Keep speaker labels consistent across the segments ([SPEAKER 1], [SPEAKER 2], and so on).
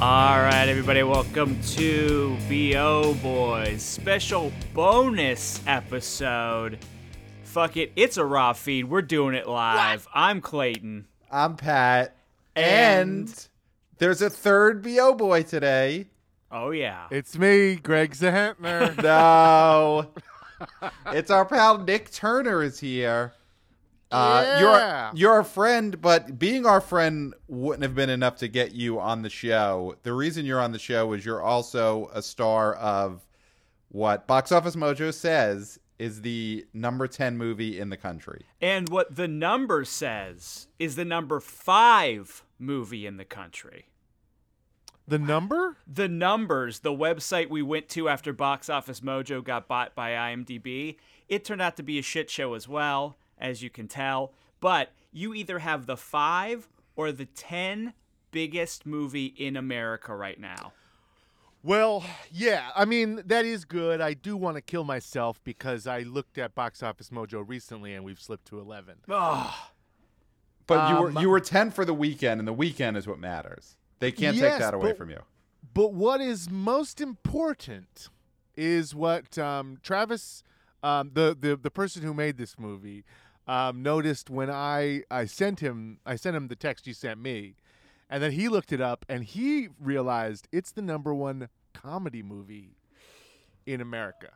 [SPEAKER 1] All right, everybody, welcome to BO Boys special bonus episode. Fuck it, it's a raw feed. We're doing it live. I'm Clayton.
[SPEAKER 2] I'm Pat. And, there's a third BO boy today.
[SPEAKER 1] Oh yeah,
[SPEAKER 3] It's me, Greg Zahentner.
[SPEAKER 2] No. it's our pal Nick Turner is here. Uh,
[SPEAKER 3] Yeah.
[SPEAKER 2] You're you're a friend, but being our friend wouldn't have been enough to get you on the show. The reason you're on the show is you're also a star of what Box Office Mojo says is the number ten movie in the country.
[SPEAKER 1] and what the number says is the number five movie in the country.
[SPEAKER 3] the number?
[SPEAKER 1] The numbers, the website we went to after Box Office Mojo got bought by IMDb, it turned out to be a shit show as well, as you can tell. But you either have the five or the 10 biggest movie in America right now.
[SPEAKER 3] Well, yeah. I mean, that is good. I do want to kill myself because I looked at Box Office Mojo recently and we've slipped to 11.
[SPEAKER 2] But
[SPEAKER 3] Um,
[SPEAKER 2] you were you were ten for the weekend, and the weekend is what matters. They can't
[SPEAKER 3] Yes,
[SPEAKER 2] take that away
[SPEAKER 3] but-
[SPEAKER 2] from you.
[SPEAKER 3] But what is most important is what um, Travis, um, the, the the person who made this movie, um, noticed when I I sent him I sent him the text you sent me, and then he looked it up and he realized it's the number one comedy movie in America.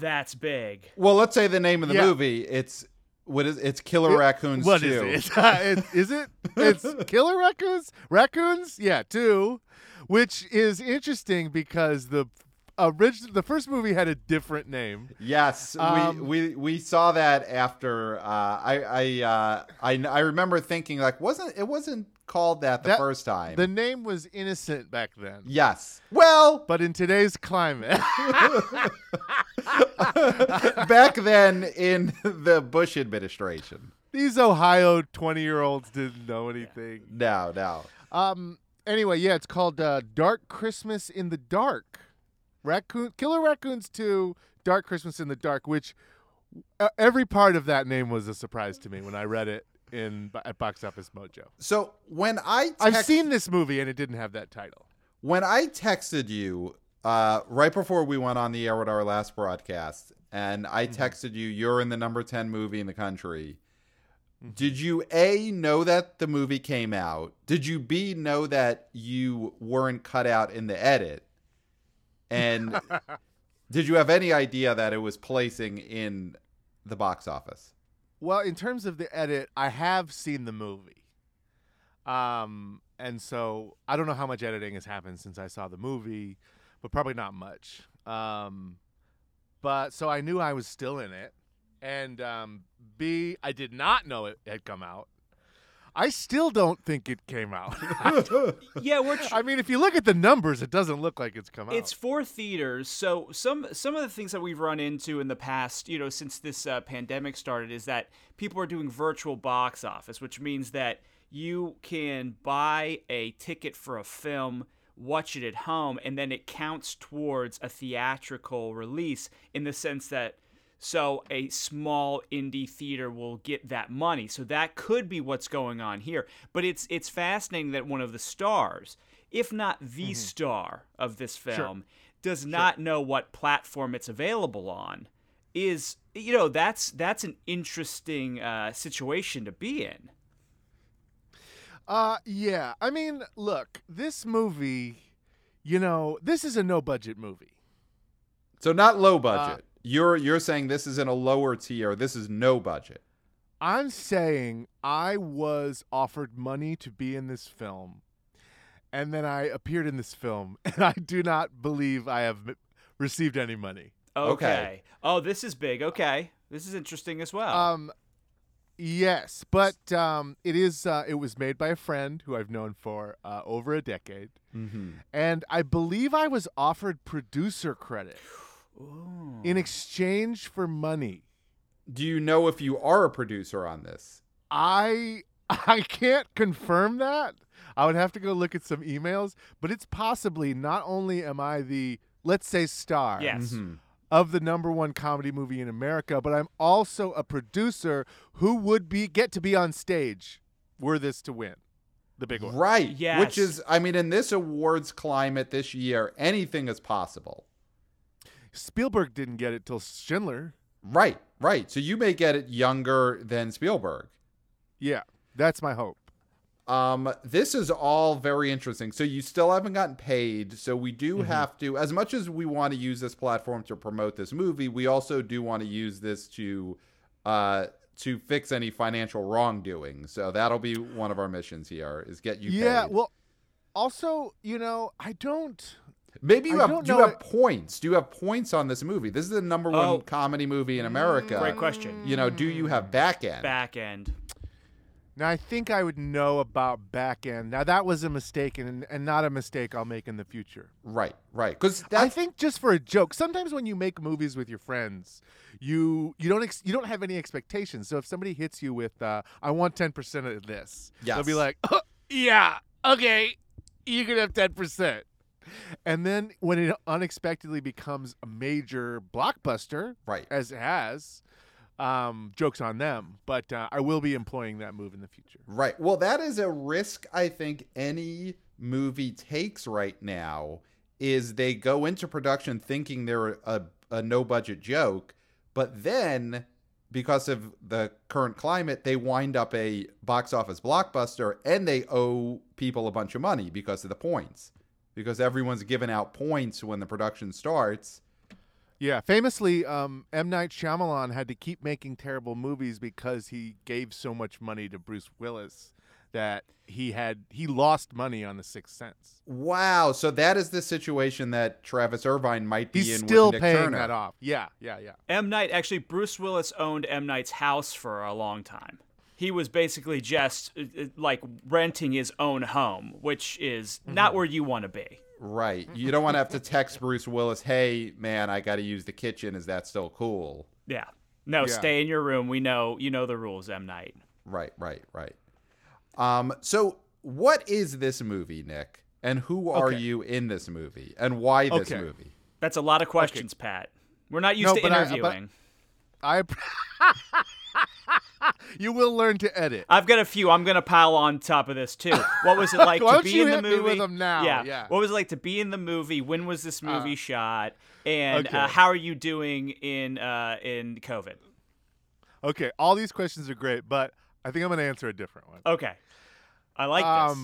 [SPEAKER 1] That's big.
[SPEAKER 2] Well, let's say the name of the
[SPEAKER 3] Yeah.
[SPEAKER 2] movie. It's what is it's Killer Raccoons
[SPEAKER 3] What
[SPEAKER 2] 2.
[SPEAKER 3] is it? Uh, it? Is it? It's Killer Raccoons? Raccoons? Yeah, two. Which is interesting because the original, the first movie had a different name.
[SPEAKER 2] Yes,
[SPEAKER 3] Um,
[SPEAKER 2] we, we we saw that after uh, I I, uh, I I remember thinking like wasn't it wasn't called that the
[SPEAKER 3] That-
[SPEAKER 2] first time.
[SPEAKER 3] The name was Innocent back then.
[SPEAKER 2] yes. Well,
[SPEAKER 3] But in today's climate,
[SPEAKER 2] back then in the Bush administration.
[SPEAKER 3] these Ohio 20 year olds didn't know anything.
[SPEAKER 2] No, no.
[SPEAKER 3] Um. Anyway, yeah, it's called uh, Dark Christmas in the Dark. Raccoon Killer Raccoons 2 Dark Christmas in the Dark, which uh, every part of that name was a surprise to me when I read it in at Box Office Mojo.
[SPEAKER 2] So when I text,
[SPEAKER 3] I've seen this movie and it didn't have that title.
[SPEAKER 2] when I texted you uh, right before we went on the air with our last broadcast, and I texted you, you're in the number 10 movie in the country. Did you A, know that the movie came out? Did you B, know that you weren't cut out in the edit? And did you have any idea that it was placing in the box office?
[SPEAKER 3] Well, in terms of the edit, I have seen the movie. Um, and so I don't know how much editing has happened since I saw the movie, but probably not much. Um, but so I knew I was still in it. And um, B, I did not know it had come out. I still don't think it came out.
[SPEAKER 1] Yeah, we're tr-
[SPEAKER 3] I mean, if you look at the numbers, it doesn't look like it's come out.
[SPEAKER 1] It's for theaters. So some some of the things that we've run into in the past, you know, since this uh, pandemic started, is that people are doing virtual box office, which means that you can buy a ticket for a film, watch it at home, and then it counts towards a theatrical release in the sense that so a small indie theater will get that money. So that could be what's going on here. But it's it's fascinating that one of the stars, if not the star of this film, does not know what platform it's available on. Is you know that's that's an interesting uh, situation to be in.
[SPEAKER 3] Uh yeah. I mean, look, this movie, you know, this is a no budget movie.
[SPEAKER 2] So not low budget. you're you're saying this is in a lower tier. This is no budget.
[SPEAKER 3] I'm saying I was offered money to be in this film and then I appeared in this film and I do not believe I have m- received any money.
[SPEAKER 1] Okay.
[SPEAKER 2] Okay.
[SPEAKER 1] Oh, this is big. Okay, this is interesting as well.
[SPEAKER 3] Um yes, but um it is uh, it was made by a friend who I've known for uh, over a decade
[SPEAKER 2] Mm-hmm.
[SPEAKER 3] and I believe I was offered producer credit
[SPEAKER 1] Ooh.
[SPEAKER 3] in exchange for money.
[SPEAKER 2] Do you know if you are a producer on this?
[SPEAKER 3] I I can't confirm that. I would have to go look at some emails, but it's possibly not only am I the let's say star
[SPEAKER 1] Yes.
[SPEAKER 2] Mm-hmm.
[SPEAKER 3] of the number one comedy movie in America, but I'm also a producer who would be get to be on stage were this to win. the big one.
[SPEAKER 2] Right.
[SPEAKER 1] Yes.
[SPEAKER 2] Which is, I mean, in this awards climate this year, anything is possible.
[SPEAKER 3] Spielberg didn't get it till Schindler.
[SPEAKER 2] Right, right. So you may get it younger than Spielberg.
[SPEAKER 3] Yeah, that's my hope.
[SPEAKER 2] Um, this is all very interesting. So you still haven't gotten paid. So we do
[SPEAKER 3] Mm-hmm.
[SPEAKER 2] have to, as much as we want to use this platform to promote this movie, we also do want to use this to, uh, to fix any financial wrongdoing. So that'll be one of our missions here: is get you.
[SPEAKER 3] yeah.
[SPEAKER 2] paid.
[SPEAKER 3] Well, also, you know, I don't.
[SPEAKER 2] maybe you
[SPEAKER 3] I
[SPEAKER 2] have.
[SPEAKER 3] don't
[SPEAKER 2] Do you
[SPEAKER 3] know
[SPEAKER 2] have points? Do you have points on this movie? This is the number one
[SPEAKER 1] Oh.
[SPEAKER 2] comedy movie in America.
[SPEAKER 1] Great question.
[SPEAKER 2] You know, do you have back end?
[SPEAKER 1] Back end.
[SPEAKER 3] Now I think I would know about back end. Now that was a mistake, and and not a mistake I'll make in the future.
[SPEAKER 2] Right, right. Because
[SPEAKER 3] I think just for a joke. Sometimes when you make movies with your friends, you you don't ex- you don't have any expectations. So if somebody hits you with, uh, "I want ten percent of this," they'll be
[SPEAKER 2] Yes.
[SPEAKER 3] like, "Uh, "Yeah, okay, you can have ten percent." And then when it unexpectedly becomes a major blockbuster,
[SPEAKER 2] right.
[SPEAKER 3] as it has, um, jokes on them. But uh, I will be employing that move in the future.
[SPEAKER 2] Right. Well, that is a risk I think any movie takes right now is they go into production thinking they're a, a no budget joke, but then because of the current climate, they wind up a box office blockbuster and they owe people a bunch of money because of the points. Because everyone's giving out points when the production starts.
[SPEAKER 3] Yeah, famously, um, M. Night Shyamalan had to keep making terrible movies because he gave so much money to Bruce Willis that he had he lost money on The Sixth Sense.
[SPEAKER 2] Wow. So that is the situation that Travis Irvine might be
[SPEAKER 3] He's
[SPEAKER 2] in
[SPEAKER 3] still
[SPEAKER 2] with Nick
[SPEAKER 3] paying
[SPEAKER 2] Turner.
[SPEAKER 3] that off. Yeah, yeah, yeah.
[SPEAKER 1] M. Knight, actually, Bruce Willis owned M. Knight's house for a long time. He was basically just uh, uh, like renting his own home, which is
[SPEAKER 3] Mm-hmm.
[SPEAKER 1] not where you want to be.
[SPEAKER 2] Right. You don't want to have to text Bruce Willis, hey, man, I got to use the kitchen. Is that still cool?
[SPEAKER 1] Yeah. No,
[SPEAKER 3] Yeah.
[SPEAKER 1] stay in your room. We know you know the rules, M. Knight.
[SPEAKER 2] Right, right, right. Um, so, what is this movie, Nick? And who are
[SPEAKER 3] Okay.
[SPEAKER 2] you in this movie? And why this
[SPEAKER 3] Okay.
[SPEAKER 2] movie?
[SPEAKER 1] That's a lot of questions, Pat. We're not used
[SPEAKER 3] No,
[SPEAKER 1] to
[SPEAKER 3] but I- but-
[SPEAKER 1] interviewing.
[SPEAKER 3] I. app- you will learn to edit.
[SPEAKER 1] I've got a few. I'm gonna pile on top of this too. What was it like
[SPEAKER 3] Why
[SPEAKER 1] to
[SPEAKER 3] don't
[SPEAKER 1] be
[SPEAKER 3] you
[SPEAKER 1] in the
[SPEAKER 3] hit me
[SPEAKER 1] movie?
[SPEAKER 3] with 'em now?
[SPEAKER 1] Yeah.
[SPEAKER 3] Yeah. Uh,
[SPEAKER 1] What was it like to be in the movie? When was this movie shot? And uh,
[SPEAKER 3] okay.
[SPEAKER 1] how are you doing in uh, in COVID?
[SPEAKER 3] Okay, all these questions are great, but I think I'm gonna answer a different one.
[SPEAKER 1] Okay. I like this.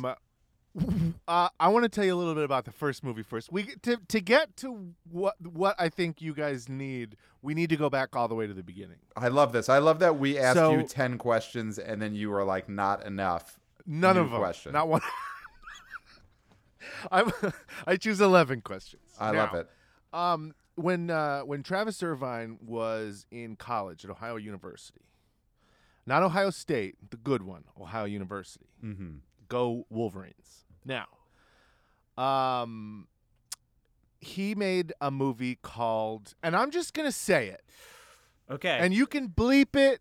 [SPEAKER 3] Um, uh, I want to tell you a little bit about the first movie first. We to to get to what what I think you guys need. We need to go back all the way to the beginning.
[SPEAKER 2] I love this. I love that we asked you
[SPEAKER 3] So-
[SPEAKER 2] 10 questions and then you were like, not enough.
[SPEAKER 3] None
[SPEAKER 2] New
[SPEAKER 3] of them.
[SPEAKER 2] question.
[SPEAKER 3] Not one. I'm, I choose eleven questions.
[SPEAKER 2] I
[SPEAKER 3] Now,
[SPEAKER 2] love it.
[SPEAKER 3] Um, when uh, when Travis Irvine was in college at Ohio University, not Ohio State, the good one, Ohio University.
[SPEAKER 2] Mm-hmm.
[SPEAKER 3] go Wolverines. Now, um, he made a movie called, and I'm just gonna say it,
[SPEAKER 1] Okay.
[SPEAKER 3] and you can bleep it,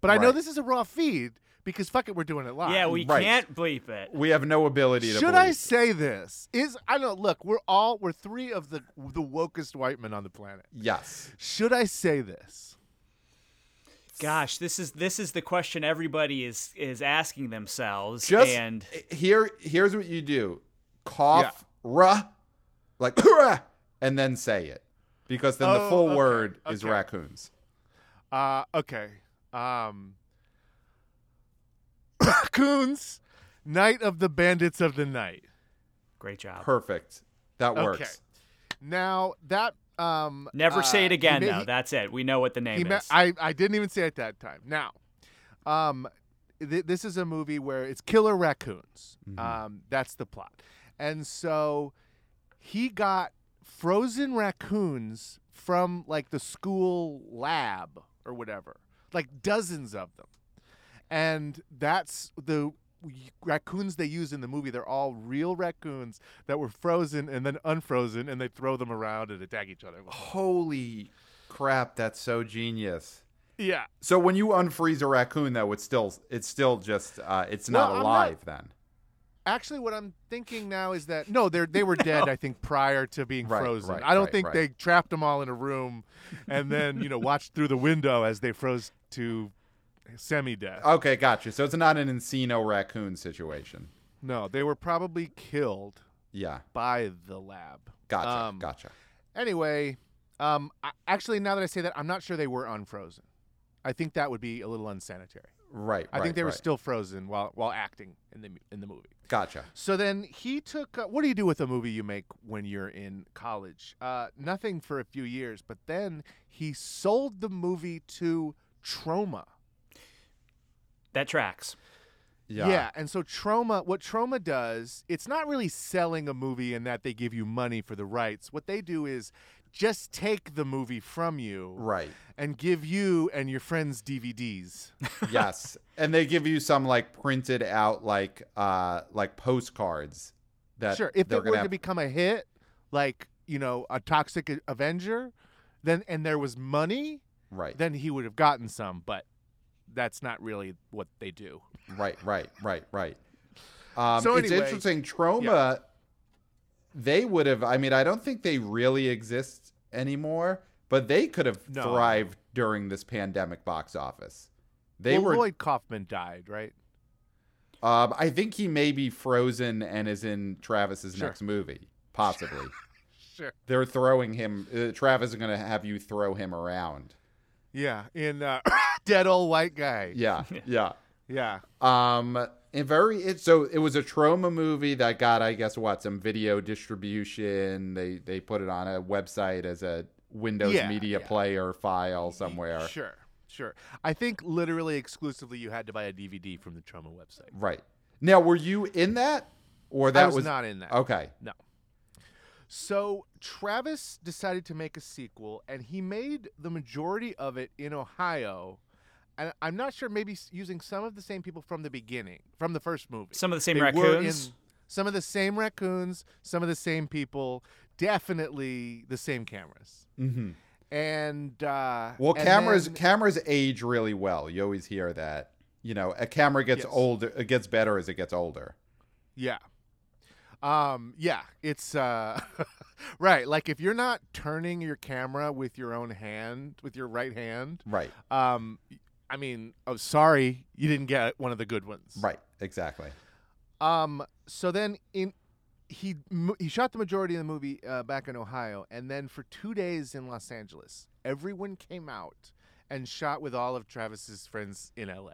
[SPEAKER 3] but I know
[SPEAKER 2] Right.
[SPEAKER 3] this is a raw feed because fuck it, we're doing it live.
[SPEAKER 1] yeah, we
[SPEAKER 2] Right.
[SPEAKER 1] can't bleep it.
[SPEAKER 2] We have no ability to.
[SPEAKER 3] Should I
[SPEAKER 2] believe.
[SPEAKER 3] say this? Is I don't look. We're all we're three of the the wokest white men on the planet.
[SPEAKER 2] Yes.
[SPEAKER 3] Should I say this?
[SPEAKER 1] Gosh, this is this is the question everybody is is asking themselves.
[SPEAKER 2] Just
[SPEAKER 1] and
[SPEAKER 2] here. Here's what you do: cough, ruh, like ruh, and then say it, because then the
[SPEAKER 3] Oh,
[SPEAKER 2] full
[SPEAKER 3] okay,
[SPEAKER 2] word is
[SPEAKER 3] okay.
[SPEAKER 2] raccoons.
[SPEAKER 3] Uh, okay. Um, Coons, Night of the Bandits of the Night.
[SPEAKER 1] great job.
[SPEAKER 2] Perfect. That
[SPEAKER 3] Okay.
[SPEAKER 2] works.
[SPEAKER 3] Now that um
[SPEAKER 1] Never
[SPEAKER 3] uh,
[SPEAKER 1] say it
[SPEAKER 3] he
[SPEAKER 1] again
[SPEAKER 3] ma-
[SPEAKER 1] though. That's it. We know what the
[SPEAKER 3] he
[SPEAKER 1] name
[SPEAKER 3] ma-
[SPEAKER 1] is.
[SPEAKER 3] I I didn't even say it that time. Now, um, th- this is a movie where it's killer raccoons.
[SPEAKER 2] Mhm.
[SPEAKER 3] Um, that's the plot, and so he got frozen raccoons from like the school lab or whatever, like dozens of them, and that's the raccoons they use in the movie they're all real raccoons that were frozen and then unfrozen and they throw them around and attack each other
[SPEAKER 2] Oh. Holy crap! That's so genius.
[SPEAKER 3] yeah
[SPEAKER 2] So when you unfreeze a raccoon, though, it's still it's still just uh, it's
[SPEAKER 3] Well,
[SPEAKER 2] not
[SPEAKER 3] I'm not-
[SPEAKER 2] alive then.
[SPEAKER 3] Actually, what I'm thinking now is that no, they they were dead. I think prior to being
[SPEAKER 2] Right,
[SPEAKER 3] frozen.
[SPEAKER 2] right,
[SPEAKER 3] I don't
[SPEAKER 2] right,
[SPEAKER 3] think
[SPEAKER 2] right.
[SPEAKER 3] they trapped them all in a room, and then you know watched through the window as they froze to semi-death.
[SPEAKER 2] Uh, Okay, gotcha. So it's not an Encino raccoon situation.
[SPEAKER 3] No, they were probably killed
[SPEAKER 2] Yeah.
[SPEAKER 3] by the lab.
[SPEAKER 2] Gotcha.
[SPEAKER 3] Um,
[SPEAKER 2] gotcha.
[SPEAKER 3] Anyway, um, I, actually, now that I say that, I'm not sure they were unfrozen. I think that would be a little unsanitary.
[SPEAKER 2] Right.
[SPEAKER 3] I
[SPEAKER 2] right,
[SPEAKER 3] think they were
[SPEAKER 2] right.
[SPEAKER 3] still frozen while while acting in the mu- in the movie.
[SPEAKER 2] Gotcha.
[SPEAKER 3] So then he took. Uh, what do you do with a movie you make when you're in college? Uh, nothing for a few years, but then he sold the movie to Troma.
[SPEAKER 1] That tracks.
[SPEAKER 2] Yeah.
[SPEAKER 3] and so Troma, what Troma does, it's not really selling a movie in that they give you money for the rights. What they do is just take the movie from you
[SPEAKER 2] Right.
[SPEAKER 3] and give you and your friends DVDs.
[SPEAKER 2] yes. And they give you some like printed out like uh like postcards that
[SPEAKER 3] sure if
[SPEAKER 2] they're
[SPEAKER 3] it were
[SPEAKER 2] gonna
[SPEAKER 3] to
[SPEAKER 2] have-
[SPEAKER 3] become a hit like you know a toxic A- avenger then and there was money
[SPEAKER 2] right.
[SPEAKER 3] then he would have gotten some but that's not really what they do
[SPEAKER 2] Right, right, right, right. Um,
[SPEAKER 3] So
[SPEAKER 2] it's
[SPEAKER 3] anyway-
[SPEAKER 2] interesting. Trauma, they would have. I mean, I don't think they really exist anymore, but they could have
[SPEAKER 3] No.
[SPEAKER 2] thrived during this pandemic box office. They
[SPEAKER 3] well,
[SPEAKER 2] were.
[SPEAKER 3] lloyd kaufman died right
[SPEAKER 2] Um, I think he may be frozen and is in Travis's
[SPEAKER 3] Sure.
[SPEAKER 2] next movie, possibly.
[SPEAKER 3] sure
[SPEAKER 2] They're throwing him. Uh, Travis is going to have you throw him around.
[SPEAKER 3] yeah in uh, dead old white guy
[SPEAKER 2] Yeah, yeah.
[SPEAKER 3] yeah
[SPEAKER 2] Um, and very it so it was a trauma movie that got I guess what some video distribution. They they put it on a website as a Windows
[SPEAKER 3] Yeah,
[SPEAKER 2] Media
[SPEAKER 3] yeah.
[SPEAKER 2] Player file somewhere.
[SPEAKER 3] sure sure i think literally exclusively you had to buy a dvd from the trauma website
[SPEAKER 2] Right now, were you in that or that
[SPEAKER 3] i was, not in that
[SPEAKER 2] okay?
[SPEAKER 3] No. So Travis decided to make a sequel, and he made the majority of it in Ohio. And I'm not sure, maybe s- using some of the same people from the beginning, from the first movie.
[SPEAKER 1] Some of the same
[SPEAKER 3] They were
[SPEAKER 1] raccoons.
[SPEAKER 3] in- some of the same raccoons, some of the same people, definitely the same cameras.
[SPEAKER 2] Mm-hmm.
[SPEAKER 3] And uh,
[SPEAKER 2] Well,
[SPEAKER 3] and
[SPEAKER 2] cameras
[SPEAKER 3] then-
[SPEAKER 2] cameras age really well. You always hear that. You know, a camera gets
[SPEAKER 3] Yes.
[SPEAKER 2] older. It gets better as it gets older.
[SPEAKER 3] Yeah. Um, yeah, it's uh right, like if you're not turning your camera with your own hand, with your right hand,
[SPEAKER 2] Right.
[SPEAKER 3] um I mean, oh sorry, you didn't get one of the good ones.
[SPEAKER 2] Right. Exactly.
[SPEAKER 3] Um so then in he mo- he shot the majority of the movie uh, back in Ohio and then for 2 days in Los Angeles, everyone came out and shot with all of Travis's friends in LA.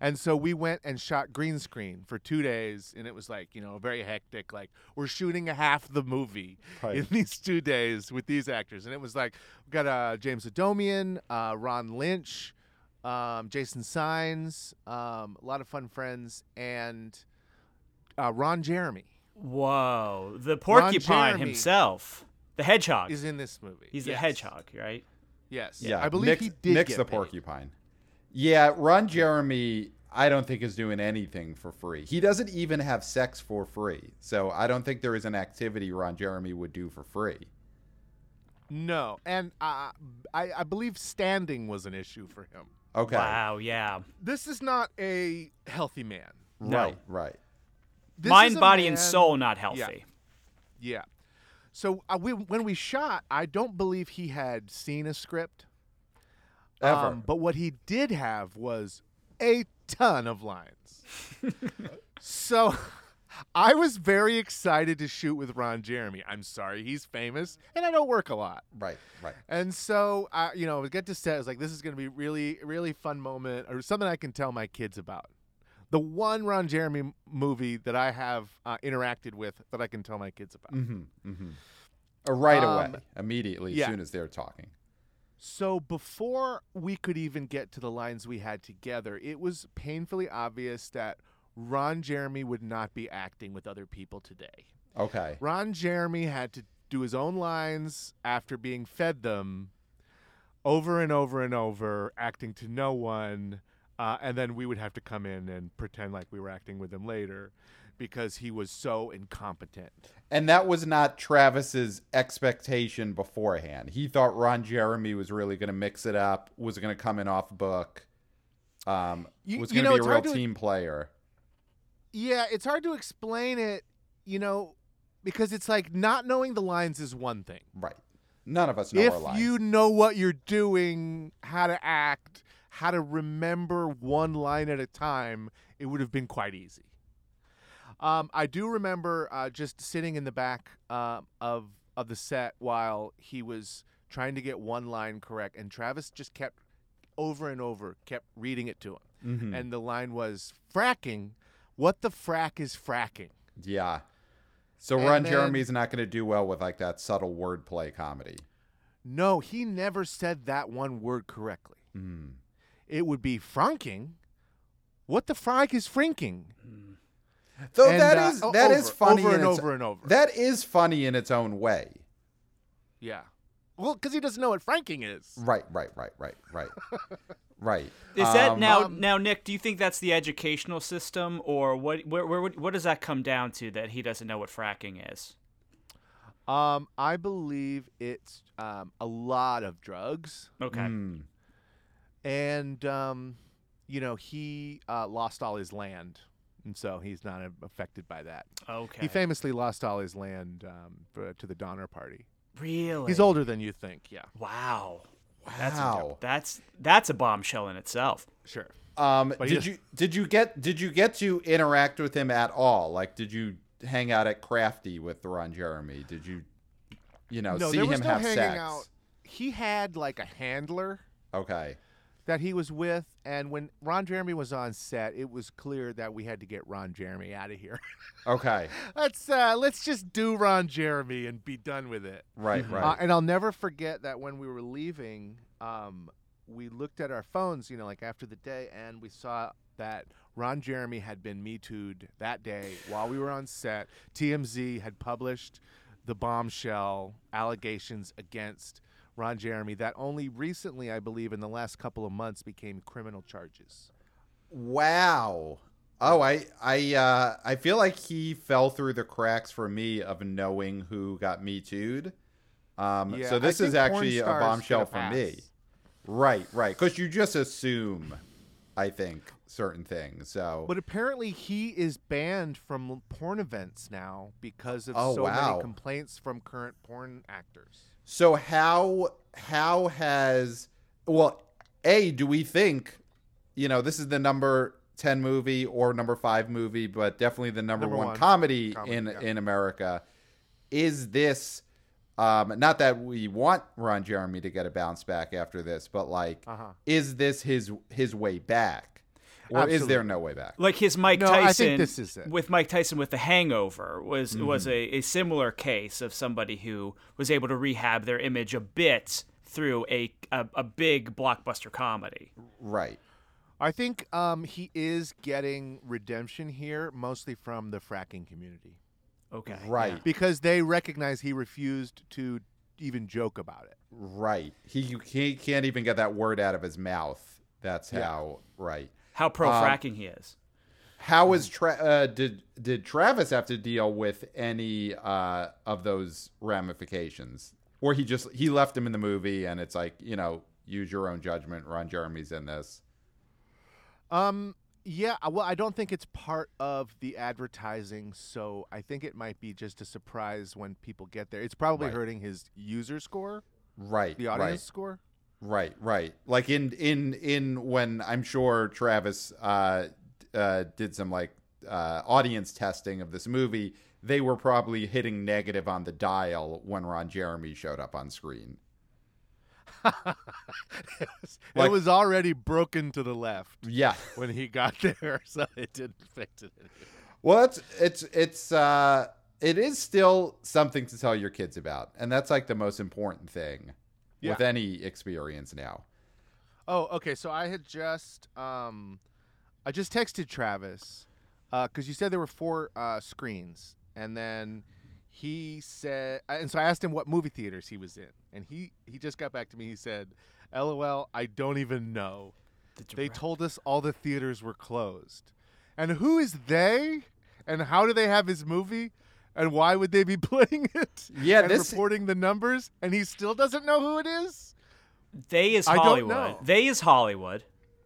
[SPEAKER 3] And so we went and shot green screen for two days, and it was like, you know, very hectic. Like, we're shooting half the movie in these two days with these actors. And it was like, we got uh, James Adomian, uh, Ron Lynch, um, Jason Sines, um, a lot of fun friends, and uh, Ron Jeremy
[SPEAKER 1] Whoa. The porcupine
[SPEAKER 3] Jeremy.
[SPEAKER 1] himself. The hedgehog.
[SPEAKER 3] is in this movie.
[SPEAKER 1] He's
[SPEAKER 3] Yes.
[SPEAKER 1] the hedgehog, right?
[SPEAKER 3] Yes.
[SPEAKER 2] Yeah,
[SPEAKER 3] I believe
[SPEAKER 2] Nick's,
[SPEAKER 3] he did.
[SPEAKER 2] Nick's
[SPEAKER 3] get
[SPEAKER 2] the
[SPEAKER 3] paid.
[SPEAKER 2] porcupine. Yeah, Ron Jeremy. I don't think is doing anything for free. He doesn't even have sex for free. So I don't think there is an activity Ron Jeremy would do for free.
[SPEAKER 3] No. And uh, I, I believe standing was an issue for him.
[SPEAKER 2] Okay.
[SPEAKER 1] Wow, yeah.
[SPEAKER 3] This is not a healthy man.
[SPEAKER 1] No.
[SPEAKER 2] Right. Right.
[SPEAKER 3] This is
[SPEAKER 1] Mind,
[SPEAKER 3] a
[SPEAKER 1] body, and
[SPEAKER 3] man-
[SPEAKER 1] soul not healthy.
[SPEAKER 3] Yeah. So uh, we, when we shot, I don't believe he had seen a script. Um,
[SPEAKER 2] Ever.
[SPEAKER 3] but what he did have was a ton of lines. so I was very excited to shoot with Ron Jeremy. I'm sorry, he's famous, and I don't work a lot.
[SPEAKER 2] right. Right.
[SPEAKER 3] And so, I, you know, we get to set. I was like, this is going to be really, really fun moment or something I can tell my kids about. The one Ron Jeremy m- movie that I have uh, interacted with that I can tell my kids about.
[SPEAKER 2] Mm-hmm. Mm-hmm. right
[SPEAKER 3] Um,
[SPEAKER 2] away, immediately,
[SPEAKER 3] yeah.
[SPEAKER 2] as soon as they're talking.
[SPEAKER 3] So before we could even get to the lines we had together, it was painfully obvious that Ron Jeremy would not be acting with other people today.
[SPEAKER 2] Okay.
[SPEAKER 3] Ron Jeremy had to do his own lines after being fed them over and over and over, acting to no one. Uh, and then we would have to come in and pretend like we were acting with him later because he was so incompetent.
[SPEAKER 2] And that was not Travis's expectation beforehand. He thought Ron Jeremy was really going to mix it up, was going to come in off book, um,
[SPEAKER 3] You-
[SPEAKER 2] was
[SPEAKER 3] you
[SPEAKER 2] going
[SPEAKER 3] know,
[SPEAKER 2] to be
[SPEAKER 3] it's
[SPEAKER 2] a real
[SPEAKER 3] hard to-
[SPEAKER 2] team player.
[SPEAKER 3] Yeah, it's hard to explain it, you know, because it's like not knowing the lines is one thing.
[SPEAKER 2] Right. None of us know
[SPEAKER 3] if
[SPEAKER 2] our lines.
[SPEAKER 3] you know what you're doing, how to act, how to remember one line at a time, it would have been quite easy. Um, I do remember uh, just sitting in the back uh, of of the set while he was trying to get one line correct, and Travis just kept over and over kept reading it to him,
[SPEAKER 2] Mhm.
[SPEAKER 3] and the line was fracking. What the frack is fracking?
[SPEAKER 2] yeah. So
[SPEAKER 3] And
[SPEAKER 2] Ron
[SPEAKER 3] then-
[SPEAKER 2] Jeremy's not going to do well with like that subtle wordplay comedy.
[SPEAKER 3] No, he never said that one word correctly.
[SPEAKER 2] Mm.
[SPEAKER 3] It would be franking. What the frack is frinking?
[SPEAKER 2] Though
[SPEAKER 3] And,
[SPEAKER 2] Oh, that
[SPEAKER 3] uh,
[SPEAKER 2] is
[SPEAKER 3] o-
[SPEAKER 2] that is
[SPEAKER 3] over-
[SPEAKER 2] funny
[SPEAKER 3] over
[SPEAKER 2] in
[SPEAKER 3] and
[SPEAKER 2] its-
[SPEAKER 3] over and over.
[SPEAKER 2] That is funny in its own way.
[SPEAKER 3] yeah. Well, because he doesn't know what franking is.
[SPEAKER 2] Right, right, right, right, right, right.
[SPEAKER 1] Is that
[SPEAKER 2] Um,
[SPEAKER 1] now
[SPEAKER 3] um,
[SPEAKER 1] now Nick? Do you think that's the educational system, or what? Where, where would- what does that come down to that he doesn't know what fracking is?
[SPEAKER 3] Um, I believe it's um, a lot of drugs,
[SPEAKER 1] Okay,
[SPEAKER 2] mm,
[SPEAKER 3] and um, you know he uh, lost all his land, and so he's not a- affected by that.
[SPEAKER 1] okay,
[SPEAKER 3] He famously lost all his land um, for, to the Donner Party.
[SPEAKER 1] really?
[SPEAKER 3] He's older than you think. Yeah,
[SPEAKER 1] Wow, that's a-
[SPEAKER 2] Wow.
[SPEAKER 1] that's that's a bombshell in itself.
[SPEAKER 3] sure.
[SPEAKER 2] Um,
[SPEAKER 3] But he
[SPEAKER 2] did
[SPEAKER 3] just-
[SPEAKER 2] you did you get did you get to interact with him at all? Like, did you hang out at Crafty with Ron Jeremy? Did you, you know,
[SPEAKER 3] no,
[SPEAKER 2] see
[SPEAKER 3] there was
[SPEAKER 2] him
[SPEAKER 3] no
[SPEAKER 2] have
[SPEAKER 3] hanging
[SPEAKER 2] sex?
[SPEAKER 3] out. He had like a handler.
[SPEAKER 2] Okay,
[SPEAKER 3] that he was with. And when Ron Jeremy was on set, it was clear that we had to get Ron Jeremy out of here.
[SPEAKER 2] okay,
[SPEAKER 3] let's uh, let's just do Ron Jeremy and be done with it.
[SPEAKER 2] right,
[SPEAKER 1] Mhm.
[SPEAKER 3] Uh,
[SPEAKER 2] right.
[SPEAKER 3] and I'll never forget that when we were leaving, um, we looked at our phones, you know, like after the day, and we saw that Ron Jeremy had been Me Too'd that day while we were on set. TMZ had published the bombshell allegations against Ron Jeremy that only recently, I believe, in the last couple of months became criminal charges.
[SPEAKER 2] Wow. Oh, I I uh, I feel like he fell through the cracks for me of knowing who got me too'd. Um,
[SPEAKER 3] Yeah,
[SPEAKER 2] so
[SPEAKER 3] I
[SPEAKER 2] this
[SPEAKER 3] think
[SPEAKER 2] is
[SPEAKER 3] porn
[SPEAKER 2] actually a
[SPEAKER 3] stars get
[SPEAKER 2] bombshell for
[SPEAKER 3] pass.
[SPEAKER 2] me. Right, right. Because you just assume, I think, certain things. So
[SPEAKER 3] But apparently, he is banned from porn events now because of
[SPEAKER 2] Oh,
[SPEAKER 3] so
[SPEAKER 2] wow.
[SPEAKER 3] many complaints from current porn actors.
[SPEAKER 2] So how how has well a do we think you know this is the number ten movie or number five movie, but definitely the number,
[SPEAKER 3] Number
[SPEAKER 2] one,
[SPEAKER 3] one
[SPEAKER 2] comedy,
[SPEAKER 3] comedy,
[SPEAKER 2] in
[SPEAKER 3] yeah.
[SPEAKER 2] in America. Is this um, not that we want Ron Jeremy to get a bounce back after this, but like
[SPEAKER 3] Uh huh.
[SPEAKER 2] is this his his way back, or is there no way back?
[SPEAKER 1] Like his Mike
[SPEAKER 3] No, I
[SPEAKER 1] Tyson.
[SPEAKER 3] think this is it. Mm-hmm.
[SPEAKER 1] With Mike Tyson with The Hangover was was a, a similar case of somebody who was able to rehab their image a bit through a a, a big blockbuster comedy.
[SPEAKER 2] Right.
[SPEAKER 3] I think um, he is getting redemption here, mostly from the fracking community,
[SPEAKER 1] Okay.
[SPEAKER 2] Right.
[SPEAKER 3] because they recognize he refused to even joke about it.
[SPEAKER 2] Right. He you can't, can't even get that word out of his mouth. That's how right.
[SPEAKER 1] How pro
[SPEAKER 3] Um,
[SPEAKER 1] fracking he is.
[SPEAKER 2] How
[SPEAKER 3] Mm-hmm.
[SPEAKER 2] is Tra- uh, did did Travis have to deal with any uh, of those ramifications, or he just he left him in the movie and it's like you know use your own judgment. Ron Jeremy's in this.
[SPEAKER 3] Um, yeah, I- well, I don't think it's part of the advertising, so I think it might be just a surprise when people get there. It's probably
[SPEAKER 2] Right.
[SPEAKER 3] hurting his user score,
[SPEAKER 2] Right,
[SPEAKER 3] the audience score.
[SPEAKER 2] right, right, right. Like in in in when I'm sure Travis uh, uh, did some like uh, audience testing of this movie, they were probably hitting negative on the dial when Ron Jeremy showed up on screen.
[SPEAKER 3] it, was,
[SPEAKER 2] Like-
[SPEAKER 3] it was already broken to the left
[SPEAKER 2] Yeah.
[SPEAKER 3] when he got there, so it didn't fix it.
[SPEAKER 2] Well, it's it's it's uh it is still something to tell your kids about, and that's like the most important thing with
[SPEAKER 3] Yeah.
[SPEAKER 2] any experience now.
[SPEAKER 3] Oh, okay. So I had just um, I just texted Travis because you said there were four uh, screens, and then he said, uh, and so I asked him what movie theaters he was in, and he he just got back to me. He said, "LOL, I don't even know. They told us all the theaters were closed, and who is they, and how do they have his movie?" And why would they be playing it?
[SPEAKER 2] Yeah,
[SPEAKER 3] and
[SPEAKER 2] this-
[SPEAKER 3] reporting the numbers, and he still doesn't know who it is.
[SPEAKER 1] they is
[SPEAKER 3] I don't
[SPEAKER 1] Hollywood.
[SPEAKER 3] know.
[SPEAKER 1] They is Hollywood.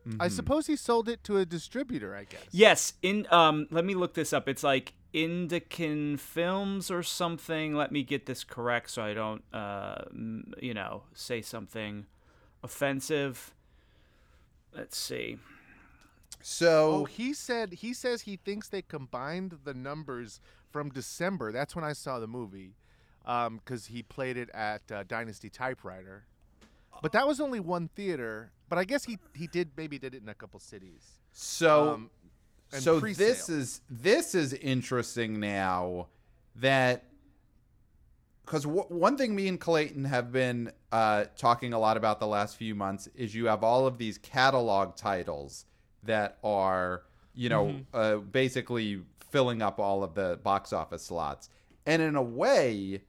[SPEAKER 2] Mm-hmm.
[SPEAKER 3] I suppose he sold it to a distributor, I guess.
[SPEAKER 1] Yes, in um let me look this up. It's like Indican Films or something. Let me get this correct so I don't uh m- you know, say something offensive. Let's see.
[SPEAKER 2] So
[SPEAKER 3] Oh, he said he says he thinks they combined the numbers from December. That's when I saw the movie, because he played it at uh, Dynasty Typewriter. But that was only one theater. But I guess he he did maybe did it in a couple cities.
[SPEAKER 2] so
[SPEAKER 3] Um, and
[SPEAKER 2] so
[SPEAKER 3] pre-sale.
[SPEAKER 2] this is this is interesting now that because w- one thing me and Clayton have been uh, talking a lot about the last few months is you have all of these catalog titles that are you know
[SPEAKER 3] Mm-hmm.
[SPEAKER 2] uh, basically filling up all of the box office slots, and in a way,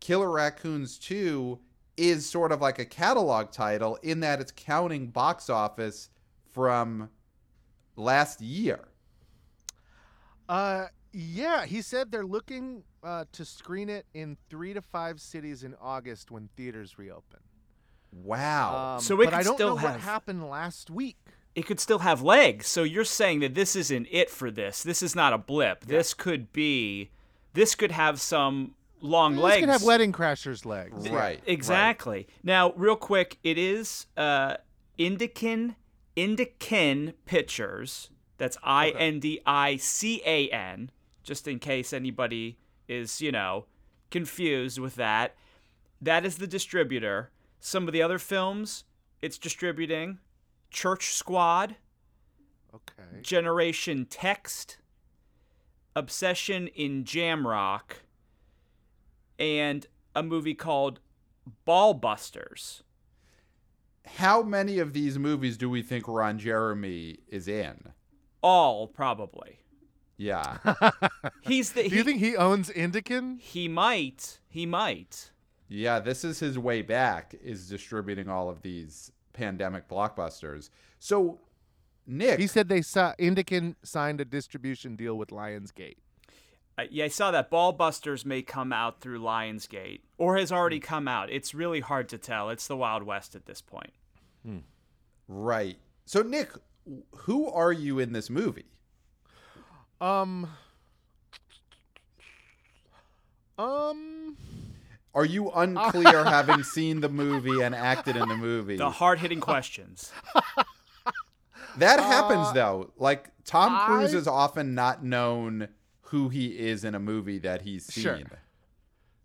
[SPEAKER 2] Killer Raccoons 2 is sort of like a catalog title in that it's counting box office from last year.
[SPEAKER 3] Uh, yeah, he said they're looking uh, to screen it in three to five cities in August when theaters reopen.
[SPEAKER 2] Wow.
[SPEAKER 3] Um,
[SPEAKER 1] So it
[SPEAKER 3] but I
[SPEAKER 1] could
[SPEAKER 3] don't
[SPEAKER 1] still
[SPEAKER 3] know
[SPEAKER 1] have-
[SPEAKER 3] what happened last week.
[SPEAKER 1] It could still have legs. So you're saying that this isn't it for this. This is not a blip. This could be. This could have some long
[SPEAKER 3] This
[SPEAKER 1] legs.
[SPEAKER 3] could have Wedding Crashers legs.
[SPEAKER 2] right. right.
[SPEAKER 1] Exactly. Now, real quick, it is uh, Indican Indican Pictures. That's I N D I C A N. Just in case anybody is, you know, confused with that. That is the distributor. Some of the other films it's distributing: Church Squad,
[SPEAKER 3] Okay.
[SPEAKER 1] Generation Text, Obsession in Jamrock, and a movie called Ball Busters.
[SPEAKER 2] How many of these movies do we think Ron Jeremy is in?
[SPEAKER 1] All probably.
[SPEAKER 2] Yeah.
[SPEAKER 1] He's the
[SPEAKER 3] Do you
[SPEAKER 1] he,
[SPEAKER 3] think he owns Indican?
[SPEAKER 1] he might he might.
[SPEAKER 2] yeah, this is his way back is distributing all of these pandemic blockbusters. So Nick,
[SPEAKER 3] He said they saw Indican signed a distribution deal with Lionsgate.
[SPEAKER 1] Uh, yeah, I saw that Ball Busters may come out through Lionsgate or has already come out. It's really hard to tell. It's the Wild West at this point.
[SPEAKER 2] right. So Nick, who are you in this movie?
[SPEAKER 3] Um. Um.
[SPEAKER 2] Are you unclear having seen the movie and acted in the movie?
[SPEAKER 1] The hard-hitting questions.
[SPEAKER 2] That happens though. Like Tom Cruise
[SPEAKER 3] uh, I-
[SPEAKER 2] is often not known who he is in a movie that he's seen.
[SPEAKER 3] Sure.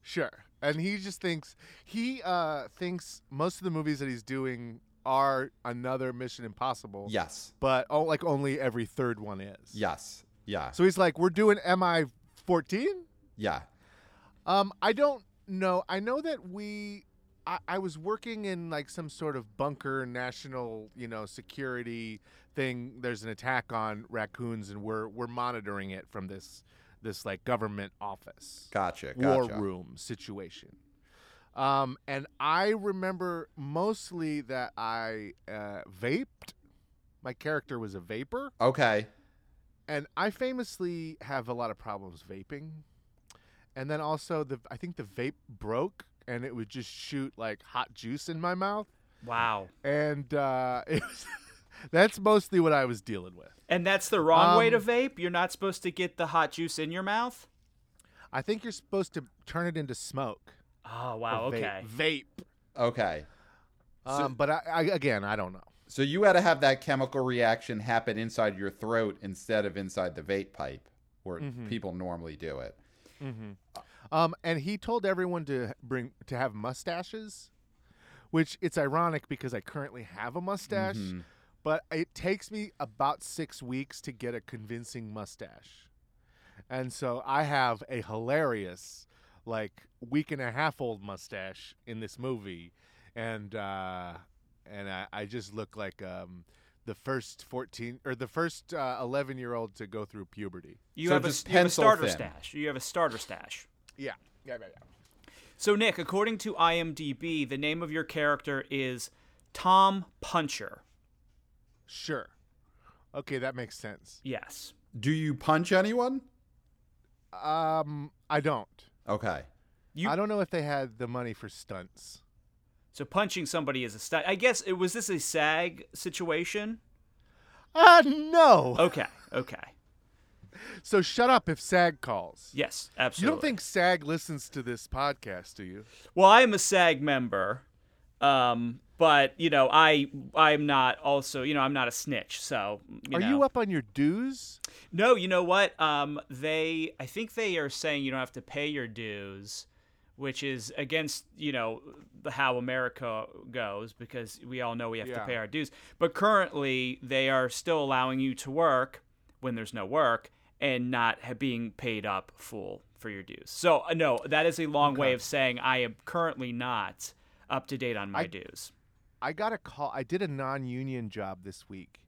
[SPEAKER 3] Sure. And he just thinks he uh thinks most of the movies that he's doing are another Mission Impossible.
[SPEAKER 2] Yes.
[SPEAKER 3] But oh, like only every third one is.
[SPEAKER 2] Yes. Yeah.
[SPEAKER 3] So he's like, we're doing MI fourteen.
[SPEAKER 2] yeah.
[SPEAKER 3] Um, I don't know. I know that we. I, I was working in like some sort of bunker national, you know, security thing. There's an attack on raccoons, and we're we're monitoring it from this this like government office
[SPEAKER 2] Gotcha.
[SPEAKER 3] war
[SPEAKER 2] gotcha.
[SPEAKER 3] room situation. Um, and I remember mostly that I uh, vaped. My character was a vapor,
[SPEAKER 2] Okay.
[SPEAKER 3] and I famously have a lot of problems vaping. And then also the I think the vape broke, and it would just shoot like hot juice in my mouth,
[SPEAKER 1] Wow.
[SPEAKER 3] and uh, it was, that's mostly what I was dealing with.
[SPEAKER 1] And that's the wrong way to
[SPEAKER 3] Um,
[SPEAKER 1] vape. You're not supposed to get the hot juice in your mouth.
[SPEAKER 3] I think you're supposed to turn it into smoke.
[SPEAKER 1] Oh
[SPEAKER 3] or
[SPEAKER 1] wow.
[SPEAKER 3] va-
[SPEAKER 1] Okay.
[SPEAKER 3] vape.
[SPEAKER 2] Okay. So-
[SPEAKER 3] Um, but I, I again, I don't know.
[SPEAKER 2] So you had to have that chemical reaction happen inside your throat instead of inside the vape pipe, where
[SPEAKER 3] Mhm.
[SPEAKER 2] people normally do it.
[SPEAKER 3] Um, and he told everyone to bring to have mustaches, which it's ironic because I currently have a mustache,
[SPEAKER 2] Mhm.
[SPEAKER 3] but it takes me about six weeks to get a convincing mustache, and so I have a hilarious, like week and a half old mustache in this movie, and uh, and I, I just look like um, the first fourteen or the first uh, eleven year old to go through puberty.
[SPEAKER 1] You
[SPEAKER 2] So
[SPEAKER 1] have a,
[SPEAKER 2] just
[SPEAKER 1] you have a
[SPEAKER 2] pencil
[SPEAKER 1] starter
[SPEAKER 2] thin.
[SPEAKER 1] stash. You have a starter stash.
[SPEAKER 3] Yeah, yeah, yeah, yeah.
[SPEAKER 1] So, Nick, according to IMDb, the name of your character is Tom Puncher.
[SPEAKER 3] Sure. Okay, that makes sense.
[SPEAKER 1] Yes.
[SPEAKER 2] Do you punch anyone?
[SPEAKER 3] Um, I don't.
[SPEAKER 2] Okay.
[SPEAKER 1] You-
[SPEAKER 3] I don't know if they had the money for stunts.
[SPEAKER 1] So, punching somebody is a st- I guess it was this a SAG situation?
[SPEAKER 3] Ah, no.
[SPEAKER 1] Okay. Okay.
[SPEAKER 3] So shut up if SAG calls.
[SPEAKER 1] Yes.
[SPEAKER 3] You
[SPEAKER 1] Absolutely.
[SPEAKER 3] don't think SAG listens to this podcast, do you?
[SPEAKER 1] Well, I am a SAG member, um, But you know, I I'm not also you know I'm not a snitch. So you
[SPEAKER 3] Are
[SPEAKER 1] know.
[SPEAKER 3] you up on your dues?
[SPEAKER 1] No, you know what? Um, they I think they are saying you don't have to pay your dues, which is against you know the- how America goes because we all know we have to
[SPEAKER 3] Yeah.
[SPEAKER 1] pay our dues. But currently, they are still allowing you to work when there's no work and not ha- being paid up full for your dues. So uh, no, that is a long way of saying I am currently not up to date on my
[SPEAKER 3] I-
[SPEAKER 1] dues.
[SPEAKER 3] I got a call. I did a non-union job this week,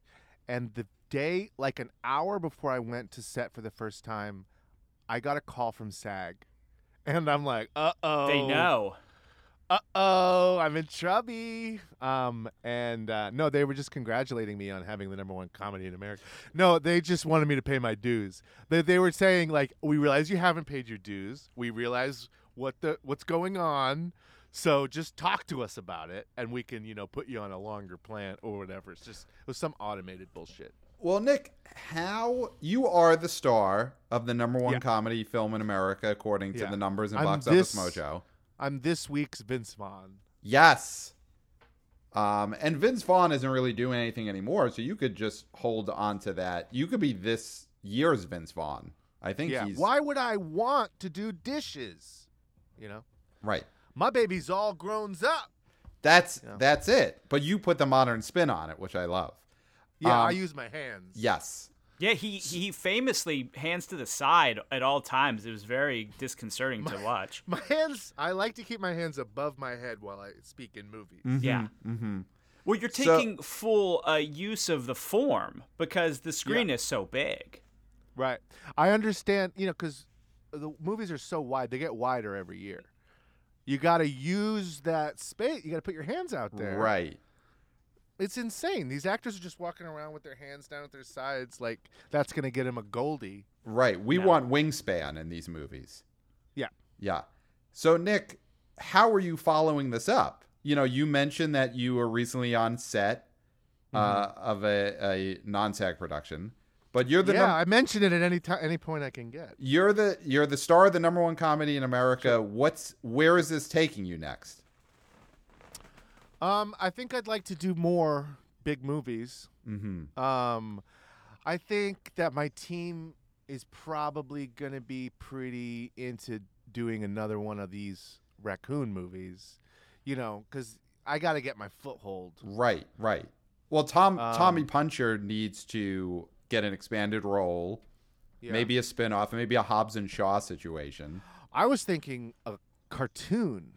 [SPEAKER 3] and the day, like an hour before I went to set for the first time, I got a call from SAG, and I'm like, "Uh oh,
[SPEAKER 1] They know.
[SPEAKER 3] Uh oh, I'm in trouble." Um, and uh, no, they were just congratulating me on having the number one comedy in America. No, they just wanted me to pay my dues. They they were saying like, "We realize you haven't paid your dues. We realize what the what's going on." So just talk to us about it, and we can, you know, put you on a longer plan or whatever. It's just it was some automated bullshit.
[SPEAKER 2] Well, Nick, how you are the star of the number one
[SPEAKER 3] Yeah.
[SPEAKER 2] comedy film in America according to
[SPEAKER 3] Yeah.
[SPEAKER 2] the numbers in
[SPEAKER 3] I'm
[SPEAKER 2] Box
[SPEAKER 3] this-
[SPEAKER 2] Office Mojo.
[SPEAKER 3] I'm this week's Vince Vaughn.
[SPEAKER 2] Yes. Um, and Vince Vaughn isn't really doing anything anymore, so you could just hold on to that. You could be this year's Vince Vaughn. I think
[SPEAKER 3] Yeah.
[SPEAKER 2] he's
[SPEAKER 3] Why would I want to do dishes? You know,
[SPEAKER 2] right.
[SPEAKER 3] my baby's all grown up.
[SPEAKER 2] That's
[SPEAKER 3] Yeah.
[SPEAKER 2] that's it. But you put the modern spin on it, which I love.
[SPEAKER 3] Yeah, I
[SPEAKER 2] Um,
[SPEAKER 3] use my hands.
[SPEAKER 2] Yes.
[SPEAKER 1] Yeah, he he famously hands to the side at all times. It was very disconcerting to watch.
[SPEAKER 3] My hands. I like to keep my hands above my head while I speak in movies.
[SPEAKER 1] Yeah.
[SPEAKER 2] Mm-hmm.
[SPEAKER 1] Well, you're
[SPEAKER 2] So-
[SPEAKER 1] taking full uh, use of the form because the screen is so big.
[SPEAKER 3] Right. I understand. You know, because the movies are so wide; they get wider every year. You got to use that space. You got to put your hands out there.
[SPEAKER 2] Right.
[SPEAKER 3] It's insane. These actors are just walking around with their hands down at their sides, like that's gonna get him a Goldie.
[SPEAKER 2] Right. We
[SPEAKER 1] No.
[SPEAKER 2] want wingspan in these movies.
[SPEAKER 3] Yeah.
[SPEAKER 2] Yeah. So Nick, how are you following this up? You know, you mentioned that you were recently on set uh, of a, a non-SAG production, but you're the
[SPEAKER 3] Mm-hmm. yeah,
[SPEAKER 2] num-
[SPEAKER 3] I mention it at any time, any point I can get.
[SPEAKER 2] you're the you're the star of the number one comedy in America. What's where is this taking you next?
[SPEAKER 3] Um, I think I'd like to do more big movies.
[SPEAKER 2] Mm-hmm.
[SPEAKER 3] Um, I think that my team is probably going to be pretty into doing another one of these raccoon movies, you know, because I got to get my foothold.
[SPEAKER 2] Right, right. Well, Tom Tommy
[SPEAKER 3] Um,
[SPEAKER 2] Puncher needs to get an expanded role,
[SPEAKER 3] Yeah.
[SPEAKER 2] maybe a spin-off, maybe a Hobbs and Shaw situation.
[SPEAKER 3] I was thinking a cartoon.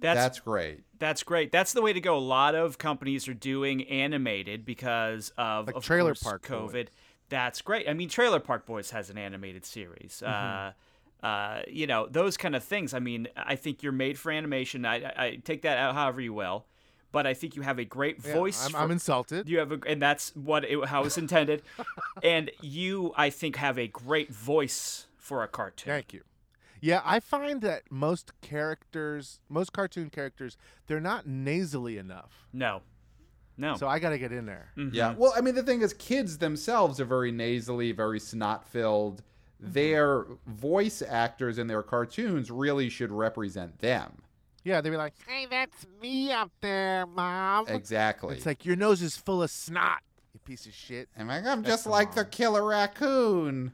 [SPEAKER 1] That's
[SPEAKER 2] That's great.
[SPEAKER 1] that's great. That's the way to go. A lot of companies are doing animated because of,
[SPEAKER 3] Like
[SPEAKER 1] of
[SPEAKER 3] Trailer
[SPEAKER 1] course,
[SPEAKER 3] Park
[SPEAKER 1] COVID.
[SPEAKER 3] Boys.
[SPEAKER 1] That's great. I mean, Trailer Park Boys has an animated series.
[SPEAKER 3] Mm-hmm.
[SPEAKER 1] Uh, uh, you know those kind of things. I mean, I think you're made for animation. I, I, I take that out however you will, but I think you have a great
[SPEAKER 3] Yeah,
[SPEAKER 1] voice.
[SPEAKER 3] I'm,
[SPEAKER 1] for-
[SPEAKER 3] I'm insulted.
[SPEAKER 1] You have a, and that's what it, how it's intended. and you, I think, have a great voice for a cartoon.
[SPEAKER 3] Thank you. Yeah, I find that most characters, most cartoon characters, they're not nasally enough.
[SPEAKER 1] No, no. Mm.
[SPEAKER 3] So I got to get in there.
[SPEAKER 2] Yeah. Well, I mean, the thing is, kids themselves are very nasally, very snot filled. Their voice actors in their cartoons really should represent them.
[SPEAKER 3] Yeah, they'd be like, "Hey, that's me up there, mom."
[SPEAKER 2] Exactly.
[SPEAKER 3] It's like your nose is full of snot, you piece of shit.
[SPEAKER 2] I'm like, I'm
[SPEAKER 3] That's
[SPEAKER 2] just
[SPEAKER 3] the
[SPEAKER 2] like the
[SPEAKER 3] mom.
[SPEAKER 2] killer raccoon.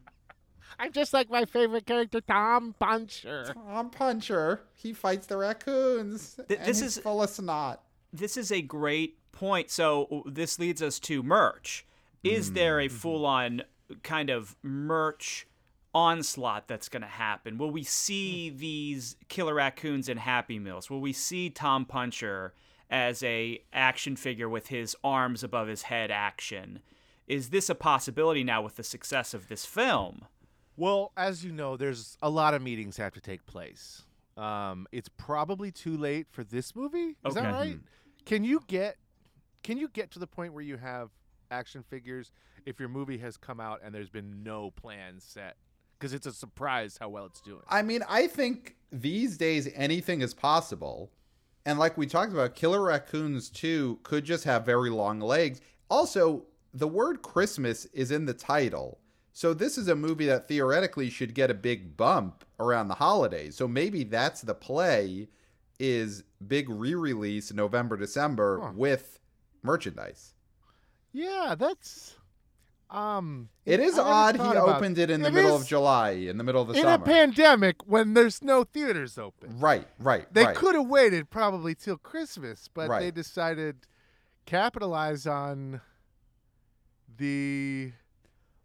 [SPEAKER 3] I'm just like my favorite character, Tom Puncher.
[SPEAKER 2] I'm Puncher. He fights the raccoons.
[SPEAKER 1] Th-
[SPEAKER 2] and
[SPEAKER 1] this
[SPEAKER 2] he's
[SPEAKER 1] is-
[SPEAKER 2] full of snot.
[SPEAKER 1] This is a great point. So this leads us to merch. Is there a full-on kind of merch onslaught that's going to happen? Will we see these killer raccoons in Happy Meals? Will we see Tom Puncher as a action figure with his arms above his head action? Is this a possibility now with the success of this film?
[SPEAKER 3] Well, as you know, there's a lot of meetings have to take place. Um, it's probably too late for this movie. Is
[SPEAKER 1] Okay.
[SPEAKER 3] that right? Can you get can you get to the point where you have action figures if your movie has come out and there's been no plan set? Because it's a surprise how well it's doing.
[SPEAKER 2] I mean, I think these days anything is possible. And like we talked about, killer raccoons too could just have very long legs. Also, the word Christmas is in the title. So this is a movie that theoretically should get a big bump around the holidays. So maybe that's the play is big re-release November December
[SPEAKER 3] Huh.
[SPEAKER 2] with merchandise.
[SPEAKER 3] Yeah, that's um.
[SPEAKER 2] It is
[SPEAKER 3] I never
[SPEAKER 2] odd
[SPEAKER 3] thought
[SPEAKER 2] he
[SPEAKER 3] about-
[SPEAKER 2] opened it in the
[SPEAKER 3] It
[SPEAKER 2] middle of
[SPEAKER 3] is-
[SPEAKER 2] July, in the middle of the
[SPEAKER 3] in
[SPEAKER 2] summer.
[SPEAKER 3] a pandemic when there's no theaters open.
[SPEAKER 2] right, right,
[SPEAKER 3] They
[SPEAKER 2] right.
[SPEAKER 3] could have waited probably till Christmas, but they
[SPEAKER 2] Right.
[SPEAKER 3] decided capitalize on the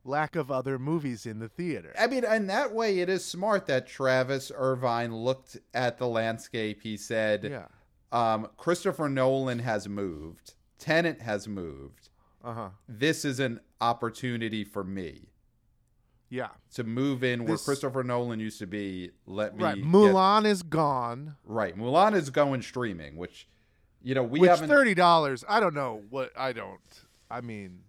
[SPEAKER 3] lack of other movies in the theater.
[SPEAKER 2] I mean, and that way it is smart that Travis Irvine looked at the landscape. He said,
[SPEAKER 3] Yeah.
[SPEAKER 2] um, Christopher Nolan has moved, Tenant has moved.
[SPEAKER 3] Uh
[SPEAKER 2] Uh-huh.
[SPEAKER 3] huh.
[SPEAKER 2] This is an opportunity for me
[SPEAKER 3] Yeah.
[SPEAKER 2] to move in where
[SPEAKER 3] This-
[SPEAKER 2] Christopher Nolan used to be. Let me
[SPEAKER 3] Right.
[SPEAKER 2] get-
[SPEAKER 3] Mulan is gone.
[SPEAKER 2] right. Mulan is going streaming, which you know we
[SPEAKER 3] which
[SPEAKER 2] haven't.
[SPEAKER 3] thirty dollars? I don't know what I don't. I mean,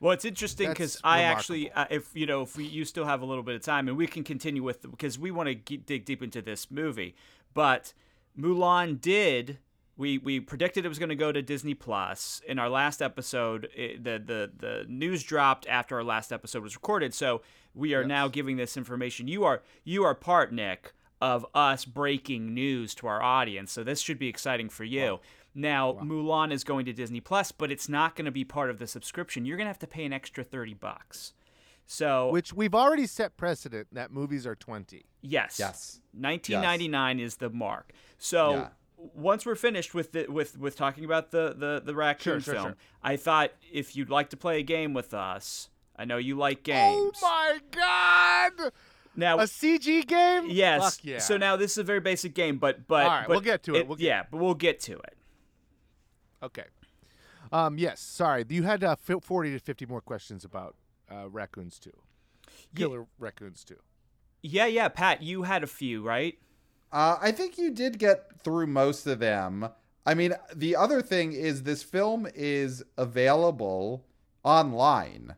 [SPEAKER 1] Well, it's interesting because
[SPEAKER 3] That's
[SPEAKER 1] I actually, uh, if you know, if we, you still have a little bit of time, and we can continue with because we want to ge- dig deep into this movie, but Mulan did. We, we predicted it was going to go to Disney Plus in our last episode. It, the, the the news dropped after our last episode was recorded, so we are now giving this information. You are you are part Nick of us breaking news to our audience, so this should be exciting for you. Now, Mulan is going to Disney Plus, but it's not going to be part of the subscription. You're going to have to pay an extra 30 bucks. So,
[SPEAKER 3] which we've already set precedent that movies are twenty.
[SPEAKER 1] yes.
[SPEAKER 2] Yes.
[SPEAKER 1] 1999 is the mark. So,
[SPEAKER 2] Yeah.
[SPEAKER 1] once we're finished with the, with with talking about the the the raccoon
[SPEAKER 3] Sure, sure,
[SPEAKER 1] film,
[SPEAKER 3] sure.
[SPEAKER 1] I thought if you'd like to play a game with us, I know you like games.
[SPEAKER 3] Oh my god!
[SPEAKER 1] Now,
[SPEAKER 3] A CG game?
[SPEAKER 1] yes.
[SPEAKER 3] Fuck yeah.
[SPEAKER 1] So now this is a very basic game, but but,
[SPEAKER 3] All right,
[SPEAKER 1] but
[SPEAKER 3] we'll get to it, we'll get-
[SPEAKER 1] yeah, but we'll get to it.
[SPEAKER 3] Okay. Um. Yes. Sorry. You had uh, fi- forty to fifty more questions about uh, raccoons too. Killer raccoons too.
[SPEAKER 1] Yeah, yeah, Pat, you had a few, right?
[SPEAKER 2] Uh, I think you did get through most of them. I mean, the other thing is this film is available online.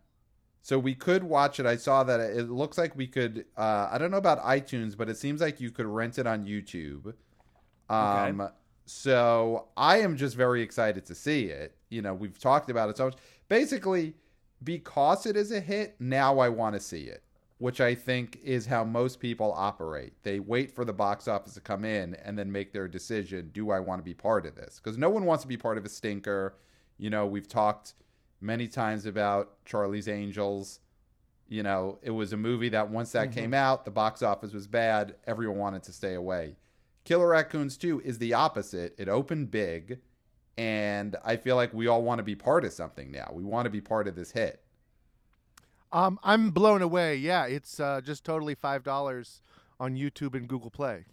[SPEAKER 2] So we could watch it. I saw that it it looks like we could. Uh, I don't know about iTunes, but it seems like you could rent it on YouTube. Um, So I am just very excited to see it. You know, we've talked about it so much. Basically, because it is a hit, now I want to see it, which I think is how most people operate. They wait for the box office to come in and then make their decision do I want to be part of this? Because no one wants to be part of a stinker. You know, we've talked many times about Charlie's Angels. You know, it was a movie that once that
[SPEAKER 3] Mm-hmm.
[SPEAKER 2] came out, the box office was bad. Everyone wanted to stay away. Killer Raccoons 2 is the opposite. It opened big, and I feel like we all want to be part of something now. We want to be part of this hit.
[SPEAKER 3] Um. I'm blown away. Yeah. It's uh, just totally five dollars on YouTube and Google Play,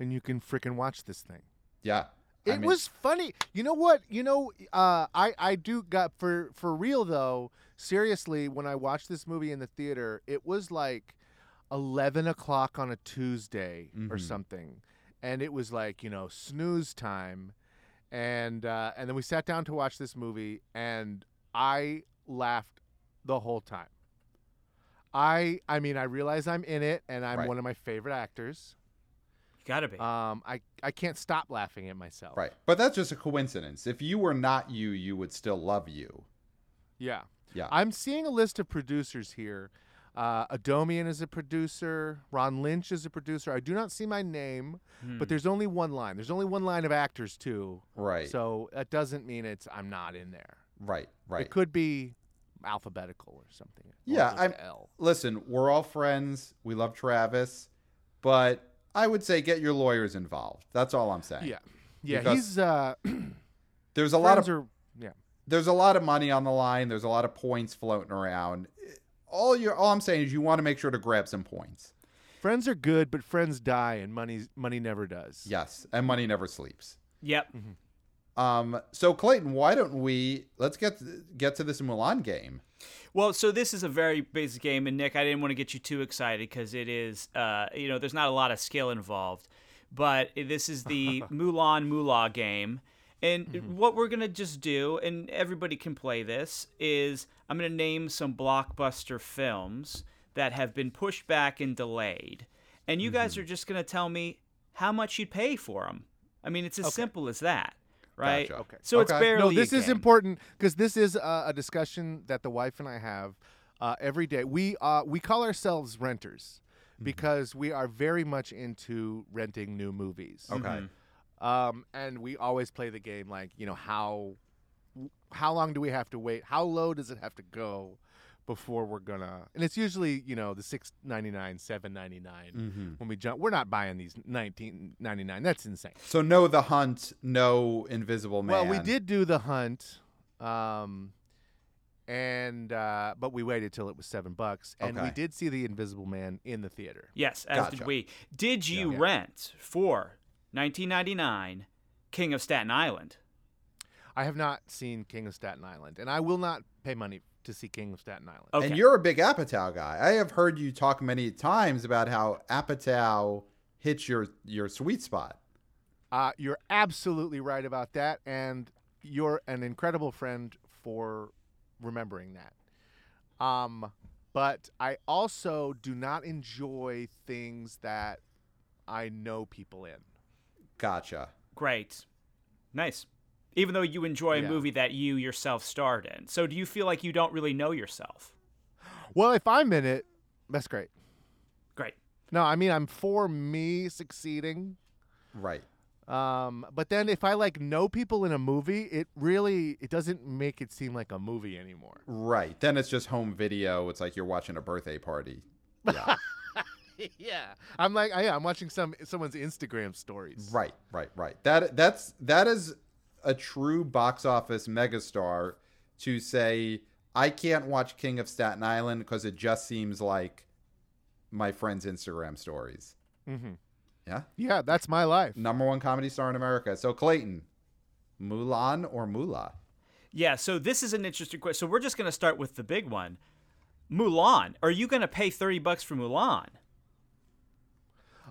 [SPEAKER 3] and you can freaking watch this thing.
[SPEAKER 2] Yeah. I
[SPEAKER 3] It
[SPEAKER 2] mean,
[SPEAKER 3] was funny. You know what? You know, uh, I I do got for for real though. Seriously, when I watched this movie in the theater, it was like eleven o'clock on a Tuesday or
[SPEAKER 2] Mhm.
[SPEAKER 3] something, and it was like you know snooze time, and uh, and then we sat down to watch this movie, and I laughed the whole time. I I mean I realize I'm in it, and I'm
[SPEAKER 2] Right.
[SPEAKER 3] one of my favorite actors.
[SPEAKER 1] You got to be.
[SPEAKER 3] Um, I I can't stop laughing at myself.
[SPEAKER 2] Right. But that's just a coincidence. If you were not you, you would still love you.
[SPEAKER 3] Yeah.
[SPEAKER 2] Yeah.
[SPEAKER 3] I'm seeing a list of producers here. Uh, Adomian is a producer. Ron Lynch is a producer. I do not see my name,
[SPEAKER 1] Hmm.
[SPEAKER 3] but there's only one line. There's only one line of actors too.
[SPEAKER 2] Hmm. Right.
[SPEAKER 3] So that doesn't mean it's I'm not in there.
[SPEAKER 2] right. Right.
[SPEAKER 3] It could be alphabetical or something. or
[SPEAKER 2] Yeah,
[SPEAKER 3] just
[SPEAKER 2] I'm-
[SPEAKER 3] L.
[SPEAKER 2] Listen, we're all friends. We love Travis, but I would say get your lawyers involved. That's all I'm saying.
[SPEAKER 3] Yeah. Yeah.
[SPEAKER 2] Because
[SPEAKER 3] he's uh,
[SPEAKER 2] There's a lot of
[SPEAKER 3] friends are- yeah.
[SPEAKER 2] there's a lot of money on the line. There's a lot of points floating around. All you all I'm saying is you want to make sure to grab some points.
[SPEAKER 3] Friends are good, but friends die, and money money never does.
[SPEAKER 2] Yes, and money never sleeps.
[SPEAKER 1] yep.
[SPEAKER 2] Um, so Clayton, why don't we let's get get to this Mulan game?
[SPEAKER 1] Well, so this is a very basic game, and Nick, I didn't want to get you too excited because it is, uh, you know, there's not a lot of skill involved. But this is the Mulan Moolah game. And what we're going to just do, and everybody can play this, is I'm going to name some blockbuster films that have been pushed back and delayed. And you guys are just going to tell me how much you'd pay for them. I mean, it's as simple as that, right?
[SPEAKER 2] Gotcha.
[SPEAKER 3] Okay.
[SPEAKER 1] So it's
[SPEAKER 2] Okay. No,
[SPEAKER 1] barely.
[SPEAKER 3] No,
[SPEAKER 1] a
[SPEAKER 3] this is
[SPEAKER 1] game.
[SPEAKER 3] important because this is uh, a discussion that the wife and I have uh, every day. We uh, we call ourselves renters because we are very much into renting new movies.
[SPEAKER 2] Okay.
[SPEAKER 3] Um, and we always play the game like you know how how long do we have to wait? How low does it have to go before we're gonna? And it's usually you know the six ninety nine, seven ninety nine.
[SPEAKER 2] Mm-hmm.
[SPEAKER 3] When we jump, we're not buying these nineteen ninety nine. That's insane.
[SPEAKER 2] So no, the hunt, no Invisible Man.
[SPEAKER 3] Well, we did do the hunt, um, and uh, but we waited till it was seven bucks, and we
[SPEAKER 2] Okay.
[SPEAKER 3] did see the Invisible Man in the theater.
[SPEAKER 1] Yes, as
[SPEAKER 2] Gotcha.
[SPEAKER 1] did we. Did you
[SPEAKER 3] Yeah.
[SPEAKER 1] rent for 1999 King of Staten Island?
[SPEAKER 3] I have not seen King of Staten Island, and I will not pay money to see King of Staten Island.
[SPEAKER 1] Okay.
[SPEAKER 2] And you're a big Apatow guy. I have heard you talk many times about how Apatow hits your your sweet spot.
[SPEAKER 3] Uh, you're absolutely right about that, and you're an incredible friend for remembering that. Um, but I also do not enjoy things that I know people in.
[SPEAKER 2] Gotcha.
[SPEAKER 1] Great. Nice. Even though you enjoy a
[SPEAKER 3] Yeah.
[SPEAKER 1] movie that you yourself starred in. So do you feel like you don't really know yourself?
[SPEAKER 3] Well, if I'm in it, that's great.
[SPEAKER 1] Great.
[SPEAKER 3] No, I mean I'm for me succeeding.
[SPEAKER 2] Right.
[SPEAKER 3] Um, but then if I like know people in a movie, it really it doesn't make it seem like a movie anymore.
[SPEAKER 2] Right. Then it's just home video. It's like you're watching a birthday party. Yeah.
[SPEAKER 3] yeah, I'm like, yeah, I'm watching some someone's Instagram stories.
[SPEAKER 2] right. Right. Right. That that's that is a true box office megastar to say I can't watch King of Staten Island because it just seems like my friend's Instagram stories.
[SPEAKER 3] Mm-hmm.
[SPEAKER 2] Yeah.
[SPEAKER 3] Yeah, that's my life.
[SPEAKER 2] Number one comedy star in America. So Clayton, Mulan or Mula?
[SPEAKER 1] Yeah, so this is an interesting question. So we're just going to start with the big one. Mulan. Are you going to pay 30 bucks for Mulan?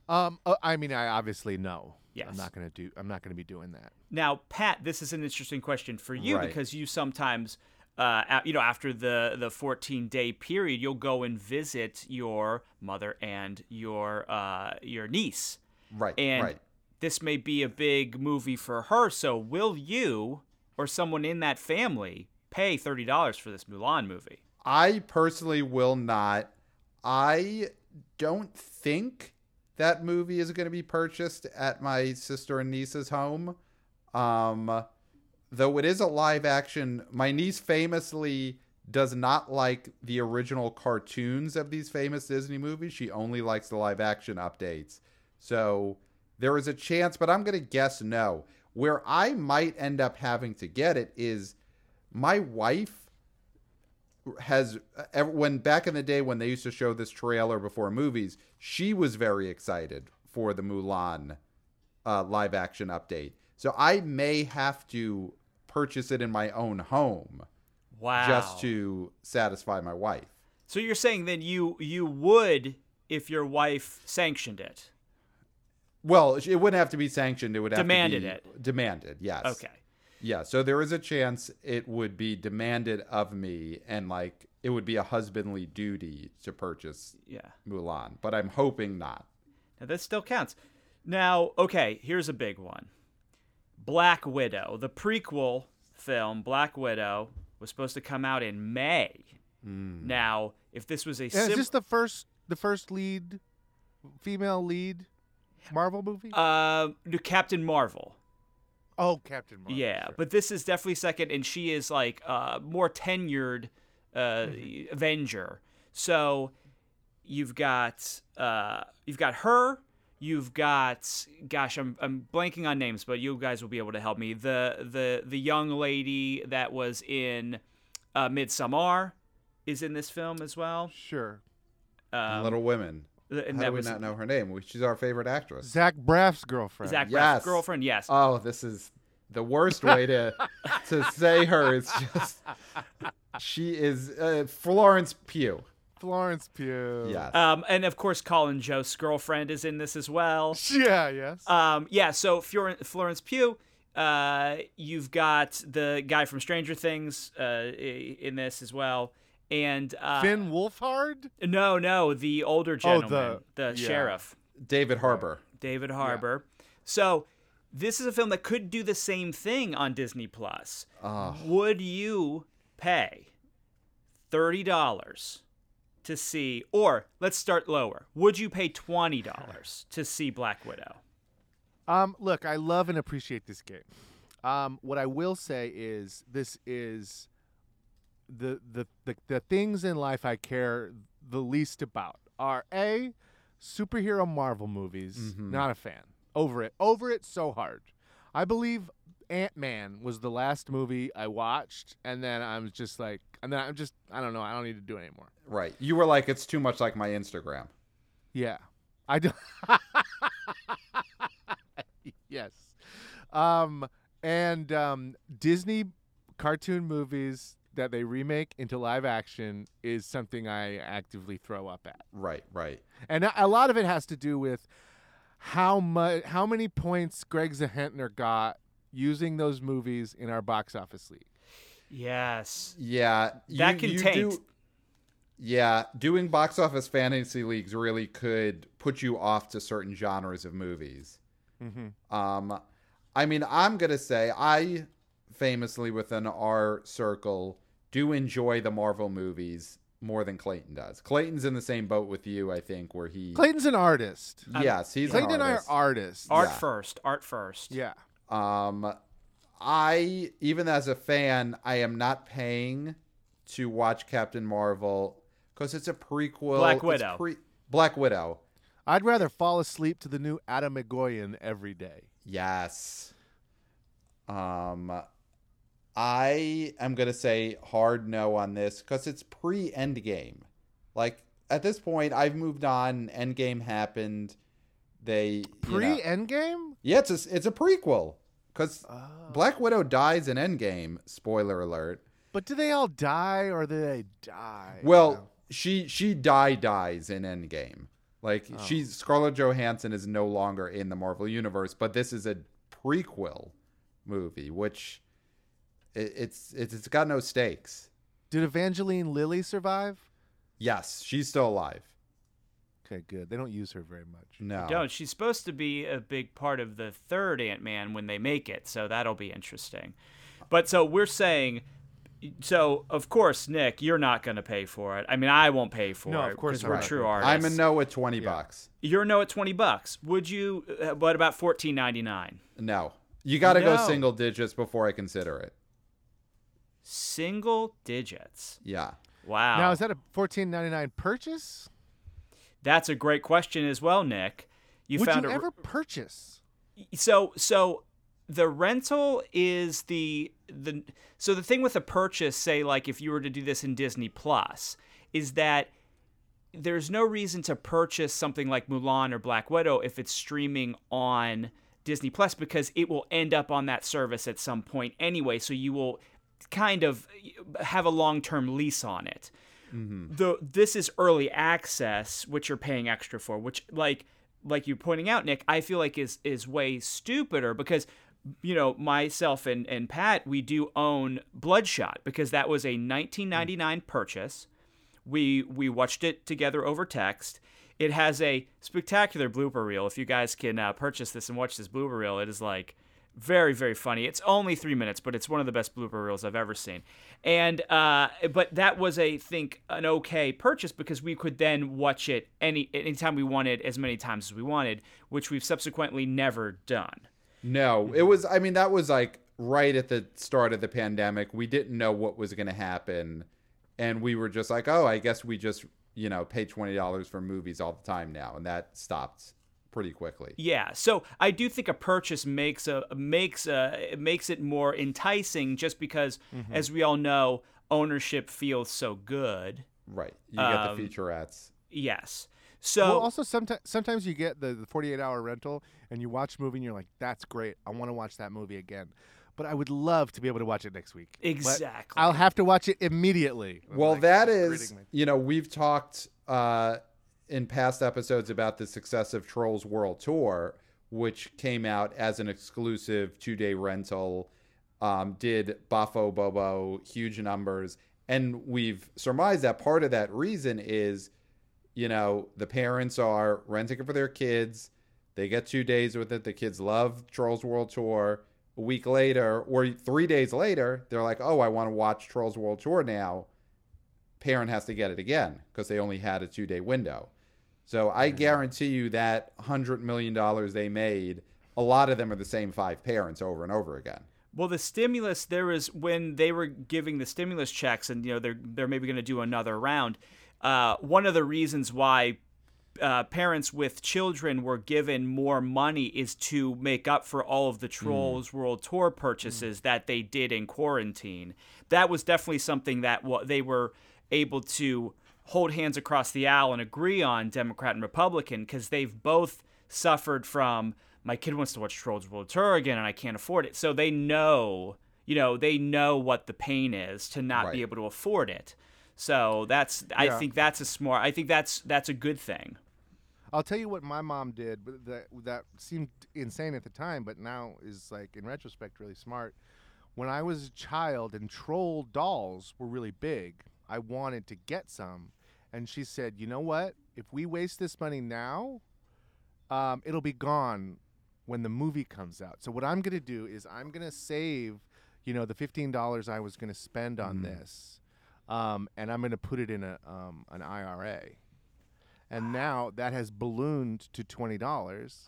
[SPEAKER 3] Um, uh, I mean, I obviously know.
[SPEAKER 1] Yes.
[SPEAKER 3] I'm not gonna do. I'm not gonna be doing that.
[SPEAKER 1] Now, Pat, this is an interesting question for you
[SPEAKER 2] Right.
[SPEAKER 1] because you sometimes, uh, a- you know, after the the fourteen day period, you'll go and visit your mother and your uh, your niece,
[SPEAKER 2] Right.
[SPEAKER 1] and
[SPEAKER 2] right.
[SPEAKER 1] this may be a big movie for her. So, will you or someone in that family pay thirty dollars for this Mulan movie?
[SPEAKER 2] I personally will not. I don't think that movie is going to be purchased at my sister and niece's home. Um, though it is a live action, my niece famously does not like the original cartoons of these famous Disney movies. She only likes the live action updates. So there is a chance, but I'm going to guess no. Where I might end up having to get it is my wife has ever- when back in the day when they used to show this trailer before movies, she was very excited for the Mulan uh, live action update. So I may have to purchase it in my own home
[SPEAKER 1] Wow!
[SPEAKER 2] just to satisfy my wife.
[SPEAKER 1] so you're saying then you you would if your wife sanctioned it?
[SPEAKER 2] Well, it wouldn't have to be sanctioned. It would have
[SPEAKER 1] Demanded
[SPEAKER 2] to be
[SPEAKER 1] it.
[SPEAKER 2] demanded. Yes.
[SPEAKER 1] Okay.
[SPEAKER 2] Yeah. So there is a chance it would be demanded of me, and like it would be a husbandly duty to purchase
[SPEAKER 1] Yeah.
[SPEAKER 2] Mulan. But I'm hoping not.
[SPEAKER 1] Now that still counts. Now, okay, here's a big one. Black Widow, the prequel film Black Widow was supposed to come out in May. Now, if this was a
[SPEAKER 3] And
[SPEAKER 1] sim-
[SPEAKER 3] Hmm. is this the first the first lead female lead Marvel movie?
[SPEAKER 1] uh, no, Captain Marvel.
[SPEAKER 3] oh, Captain Marvel.
[SPEAKER 1] yeah,
[SPEAKER 3] sure.
[SPEAKER 1] but this is definitely second and she is like uh more tenured uh
[SPEAKER 2] Mm-hmm.
[SPEAKER 1] Avenger. So you've got uh you've got her You've got, gosh, I'm, I'm blanking on names, but you guys will be able to help me. The the the young lady that was in uh, Midsommar is in this film as well.
[SPEAKER 3] sure.
[SPEAKER 2] And
[SPEAKER 1] Um,
[SPEAKER 2] Little Women.
[SPEAKER 1] th- and
[SPEAKER 2] How
[SPEAKER 1] that
[SPEAKER 2] do we
[SPEAKER 1] was
[SPEAKER 2] not know her name? We- She's our favorite actress.
[SPEAKER 3] Zach Braff's girlfriend.
[SPEAKER 1] Zach Braff's
[SPEAKER 2] Yes.
[SPEAKER 1] girlfriend. Yes,
[SPEAKER 2] Oh, this is the worst way to to say her. It's just she is uh, Florence Pugh.
[SPEAKER 3] Florence Pugh.
[SPEAKER 2] Yes.
[SPEAKER 1] um, and of course Colin Jost's girlfriend is in this as well.
[SPEAKER 3] Yeah. Yes.
[SPEAKER 1] Um, yeah, so Fior- Florence Pugh. Uh, you've got the guy from Stranger Things uh, i- in this as well, and uh,
[SPEAKER 3] Finn Wolfhard.
[SPEAKER 1] No, no, the older gentleman, the,
[SPEAKER 3] the- yeah.
[SPEAKER 1] sheriff,
[SPEAKER 2] David Harbour.
[SPEAKER 1] David Harbour. So this is a film that could do the same thing on Disney Plus.
[SPEAKER 3] Ah.
[SPEAKER 2] Oh,
[SPEAKER 1] Would you pay thirty dollars to see, or let's start lower? Would you pay twenty dollars to see Black Widow?
[SPEAKER 3] Um, look, I love and appreciate this game. Um, what I will say is this is the, the the the things in life I care the least about are a superhero Marvel movies.
[SPEAKER 2] Mhm.
[SPEAKER 3] Not a fan. Over it. Over it so hard. I believe Ant Man was the last movie I watched, and then I'm just like, and then I'm just, I don't know, I don't need to do it anymore.
[SPEAKER 2] Right. You were like, it's too much like my Instagram.
[SPEAKER 3] Yeah. I do. yes. Um, and um, Disney cartoon movies that they remake into live action is something I actively throw up at.
[SPEAKER 2] Right, right.
[SPEAKER 3] And a- a lot of it has to do with how much how many points Greg Zahentner got using those movies in our box office league.
[SPEAKER 1] Yes.
[SPEAKER 2] Yeah. you-
[SPEAKER 1] That can
[SPEAKER 2] you
[SPEAKER 1] taint.
[SPEAKER 2] do- yeah. Doing box office fantasy leagues really could put you off to certain genres of movies.
[SPEAKER 3] Mm-hmm.
[SPEAKER 2] Um, I mean, I'm gonna say I famously within our circle do enjoy the Marvel movies more than Clayton does. Clayton's in the same boat with you, I think, where he
[SPEAKER 3] Clayton's an artist.
[SPEAKER 1] um,
[SPEAKER 2] yes, he's
[SPEAKER 3] Clayton
[SPEAKER 2] an
[SPEAKER 3] and I are
[SPEAKER 2] artist.
[SPEAKER 3] artists.
[SPEAKER 1] Art
[SPEAKER 2] Yeah.
[SPEAKER 1] first. Art first.
[SPEAKER 3] yeah.
[SPEAKER 2] Um, I even as a fan, I am not paying to watch Captain Marvel because it's a prequel.
[SPEAKER 1] Black
[SPEAKER 2] it's
[SPEAKER 1] Widow.
[SPEAKER 2] pre- Black Widow.
[SPEAKER 3] I'd rather fall asleep to the new Adam McGoyan every day.
[SPEAKER 2] Yes. Um, I am gonna say hard no on this because it's pre Endgame. Like at this point, I've moved on. Endgame happened. They
[SPEAKER 3] Pre
[SPEAKER 2] you know,
[SPEAKER 3] Endgame?
[SPEAKER 2] yeah, it's a, it's a prequel because Black Widow dies in Endgame. Spoiler alert.
[SPEAKER 3] But do they all die or do they die?
[SPEAKER 2] Well, she she die dies in Endgame. Like she's Scarlett Johansson is no longer in the Marvel universe, but this is a prequel movie, which it, it's it's it's got no stakes.
[SPEAKER 3] did Evangeline Lilly survive?
[SPEAKER 2] Yes, she's still alive.
[SPEAKER 3] Okay, good. They don't use her very much.
[SPEAKER 2] No,
[SPEAKER 1] Don't. She's supposed to be a big part of the third Ant Man when they make it, so that'll be interesting. But so we're saying, so of course, Nick, you're not going to pay for it. I mean, I won't pay for
[SPEAKER 3] No,
[SPEAKER 1] it.
[SPEAKER 3] of course
[SPEAKER 1] 'cause
[SPEAKER 3] I'm
[SPEAKER 1] we're
[SPEAKER 3] not
[SPEAKER 1] true
[SPEAKER 3] gonna
[SPEAKER 1] artists.
[SPEAKER 2] I'm a no at twenty bucks.
[SPEAKER 1] You're a no at twenty bucks. Would you? uh, What about fourteen ninety nine?
[SPEAKER 2] No, you got to go
[SPEAKER 1] No.
[SPEAKER 2] single digits before I consider it.
[SPEAKER 1] Single digits.
[SPEAKER 2] Yeah,
[SPEAKER 1] Wow.
[SPEAKER 3] Now, is that a fourteen ninety nine purchase?
[SPEAKER 1] That's a great question as well, Nick. You
[SPEAKER 3] Would
[SPEAKER 1] found
[SPEAKER 3] you
[SPEAKER 1] a,
[SPEAKER 3] ever purchase?
[SPEAKER 1] so so the rental is the the so the thing with a purchase say like if you were to do this in Disney Plus is that there's no reason to purchase something like Mulan or Black Widow if it's streaming on Disney Plus because it will end up on that service at some point anyway so you will kind of have a long-term lease on it the this is early access which you're paying extra for which like like you're pointing out nick i feel like is is way stupider because you know myself and and pat we do own bloodshot because that was a 1999 purchase we we watched it together over text it has a spectacular blooper reel if you guys can uh, purchase this and watch this blooper reel it is like very very funny it's only three minutes but it's one of the best blooper reels i've ever seen and uh, but that was a think an okay purchase because we could then watch it any anytime we wanted as many times as we wanted which we've subsequently never done
[SPEAKER 2] no, it was. I mean, that was like right at the start of the pandemic. We didn't know what was going to happen, and we were just like, oh, I guess we just you know pay twenty dollars for movies all the time now, and that stopped pretty quickly.
[SPEAKER 1] Yeah, so I do think a purchase makes a makes a makes it more enticing, just because, as we all know, ownership feels so good.
[SPEAKER 2] Right. You get the featurettes.
[SPEAKER 1] Yes. So
[SPEAKER 3] well, also sometimes sometimes you get the, the forty eight hour rental and you watch a movie and you're like, "That's great. I want to watch that movie again." But I would love to be able to watch it next week. But
[SPEAKER 1] exactly.
[SPEAKER 3] I'll have to watch it immediately. I'm
[SPEAKER 2] Well,
[SPEAKER 3] like,
[SPEAKER 2] that
[SPEAKER 3] gritting
[SPEAKER 2] is,
[SPEAKER 3] my
[SPEAKER 2] you know, we've talked uh, in past episodes about the success of Trolls World Tour, which came out as an exclusive two day rental, um, did Bafo Bobo huge numbers. And we've surmised that part of that reason is, you know, the parents are renting it for their kids. They get two days with it. The kids love Trolls World Tour. A week later, or three days later, they're like, oh, I want to watch Trolls World Tour now parent has to get it again because they only had a two day window. So I guarantee you that $100 million they made, a a lot of them are the same five parents over and over again.
[SPEAKER 1] Well, the stimulus there was when they were giving the stimulus checks, and you know they're they're maybe going to do another round. Uh, one of the reasons why uh, parents with children were given more money is to make up for all of the Trolls World Tour purchases that they did in quarantine. That was definitely something that wa- they were able to hold hands across the aisle and agree on, Democrat and Republican, because they've both suffered from my kid wants to watch Trolls World Tour again and I can't afford it. So they know, you know, they know what the pain is to not
[SPEAKER 2] Right.
[SPEAKER 1] be able to afford it. So that's I
[SPEAKER 3] Yeah.
[SPEAKER 1] think that's a smart I think that's that's a good thing.
[SPEAKER 3] I'll tell you what my mom did but that that seemed insane at the time, but now is like in retrospect really smart. When I was a child and troll dolls were really big, I wanted to get some, and she said, "You know what? If we waste this money now, um, it'll be gone when the movie comes out. So what I'm gonna do is I'm gonna save, you know, the fifteen dollars I was gonna spend on
[SPEAKER 2] Mm.
[SPEAKER 3] this, um, and I'm gonna put it in a um, an IRA." and now that has ballooned to twenty dollars,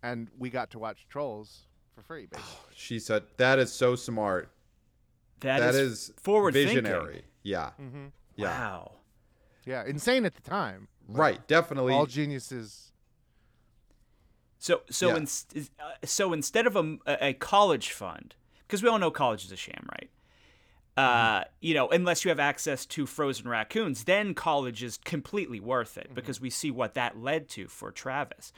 [SPEAKER 3] and we got to watch Trolls for free. Basically.
[SPEAKER 2] She said that is so smart.
[SPEAKER 1] that is, forward thinking.
[SPEAKER 2] visionary. Yeah,
[SPEAKER 3] Mm-hmm.
[SPEAKER 2] yeah,
[SPEAKER 1] Wow.
[SPEAKER 3] Yeah, insane at the time.
[SPEAKER 2] right. Definitely.
[SPEAKER 3] All geniuses.
[SPEAKER 1] So so
[SPEAKER 2] Yeah.
[SPEAKER 1] inst is- uh, so instead of a, a college fund, because we all know college is a sham, right? Uh, you know, unless you have access to frozen raccoons, then college is completely worth
[SPEAKER 2] Mm-hmm.
[SPEAKER 1] it because we see what that led to for Travis.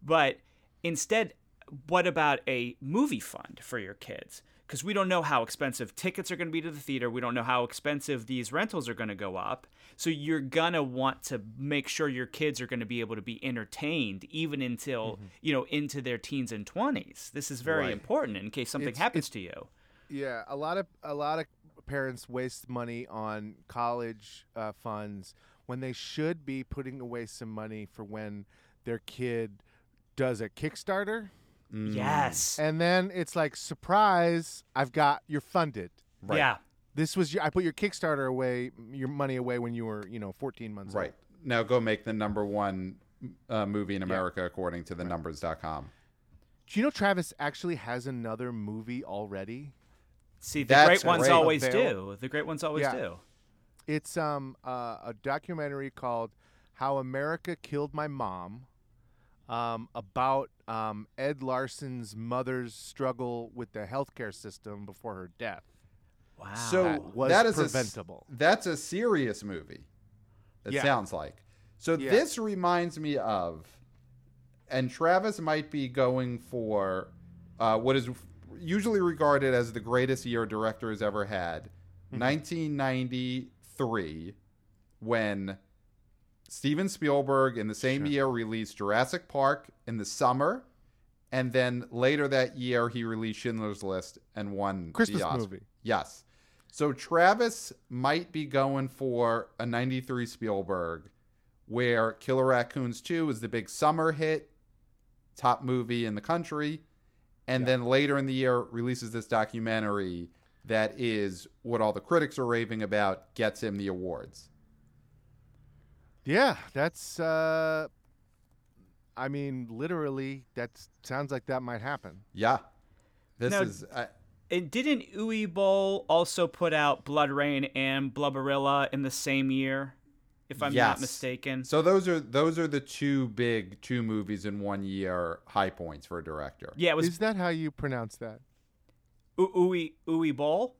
[SPEAKER 1] But instead, what about a movie fund for your kids? Because we don't know how expensive tickets are going to be to the theater. We don't know how expensive these rentals are going to go up. So you're going to want to make sure your kids are going to be able to be entertained even until, you know, into their teens and 20s. This is very
[SPEAKER 2] Mm-hmm. Right.
[SPEAKER 1] important in case something
[SPEAKER 3] It's-
[SPEAKER 1] happens to you.
[SPEAKER 3] Yeah, a lot of a lot of parents waste money on college uh, funds when they should be putting away some money for when their kid does a Kickstarter,
[SPEAKER 2] Mm,
[SPEAKER 1] Yes.
[SPEAKER 3] and then it's like surprise, I've got you're funded.
[SPEAKER 2] Right.
[SPEAKER 1] Yeah.
[SPEAKER 3] This was your, I put your Kickstarter away, your money away when you were, you know, 14 months old.
[SPEAKER 2] Right now, go make the number one uh, movie in America according to the numbers.com.
[SPEAKER 3] Do you know Travis actually has another movie already?
[SPEAKER 1] See, the
[SPEAKER 2] That's
[SPEAKER 1] great ones
[SPEAKER 2] great.
[SPEAKER 1] always
[SPEAKER 3] Avail-
[SPEAKER 1] do. The great ones always
[SPEAKER 3] Yeah.
[SPEAKER 1] do.
[SPEAKER 3] It's um uh, a documentary called "How America Killed My Mom," um, about um, Ed Larson's mother's struggle with the healthcare system before her death.
[SPEAKER 1] Wow.
[SPEAKER 2] So
[SPEAKER 3] That was
[SPEAKER 2] that is a s-
[SPEAKER 3] preventable.
[SPEAKER 2] That's a serious movie. It
[SPEAKER 3] Yeah.
[SPEAKER 2] sounds like. So
[SPEAKER 3] Yeah.
[SPEAKER 2] this reminds me of, and Travis might be going for uh, what is usually regarded as the greatest year a director has ever had,
[SPEAKER 3] Mm-hmm.
[SPEAKER 2] 1993, when Steven Spielberg in the same year released Jurassic Park in the summer. And then later that year, he released Schindler's List and won
[SPEAKER 3] Christmas
[SPEAKER 2] the Oscar.
[SPEAKER 3] movie.
[SPEAKER 2] Yes. So Travis might be going for a 93 Spielberg where Killer Raccoons 2 is the big summer hit, top movie in the country, and then later in the year releases this documentary that is what all the critics are raving about, gets him the awards.
[SPEAKER 3] Yeah, that's. Uh, I mean, literally, that sounds like that might happen.
[SPEAKER 2] Yeah. This
[SPEAKER 1] Now-
[SPEAKER 2] is uh, I,
[SPEAKER 1] And didn't Uwe Boll also put out Blood Rain and Blubberilla in the same year, if I'm
[SPEAKER 2] Yes.
[SPEAKER 1] not mistaken?
[SPEAKER 2] So those are those are the two big two movies in one year high points for a director.
[SPEAKER 1] yeah, it was
[SPEAKER 3] Is that how you pronounce that?
[SPEAKER 1] U- Uwe Uwe Boll.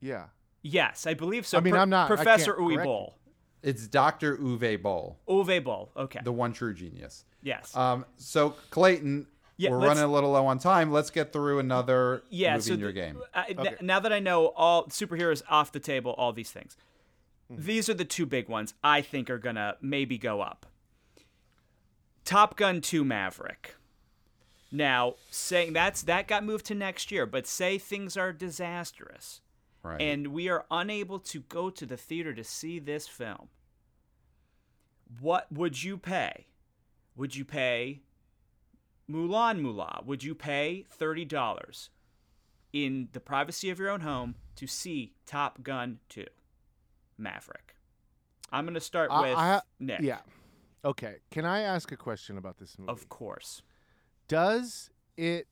[SPEAKER 3] Yeah.
[SPEAKER 1] Yes, I believe so.
[SPEAKER 3] I mean, I'm not- I
[SPEAKER 1] Professor
[SPEAKER 3] can't
[SPEAKER 1] Uwe
[SPEAKER 3] correct
[SPEAKER 1] Boll.
[SPEAKER 2] It's Dr. Uwe Boll,
[SPEAKER 1] Uwe Boll. Okay.
[SPEAKER 2] the one true genius.
[SPEAKER 1] yes.
[SPEAKER 2] Um, so Clayton,
[SPEAKER 1] Yeah,
[SPEAKER 2] we're
[SPEAKER 1] let's-
[SPEAKER 2] running a little low on time. Let's get through another
[SPEAKER 1] yeah.
[SPEAKER 2] movie
[SPEAKER 1] so
[SPEAKER 2] in your
[SPEAKER 1] the-
[SPEAKER 2] game.
[SPEAKER 1] I- n-
[SPEAKER 3] Okay.
[SPEAKER 1] now that I know all superheroes off the table, all these things, these are the two big ones I think are gonna maybe go up. Top Gun 2 Maverick. Now, saying that's that got moved to next year, but say things are disastrous
[SPEAKER 2] Right.
[SPEAKER 1] and we are unable to go to the theater to see this film. What would you pay? Would you pay Mulan Mulan? Would you pay $30 in the privacy of your own home to see Top Gun 2 Maverick? I'm going to start
[SPEAKER 3] I-
[SPEAKER 1] with
[SPEAKER 3] I-
[SPEAKER 1] Nick.
[SPEAKER 3] Yeah. Okay. Can I ask a question about this movie?
[SPEAKER 1] Of course.
[SPEAKER 3] Does it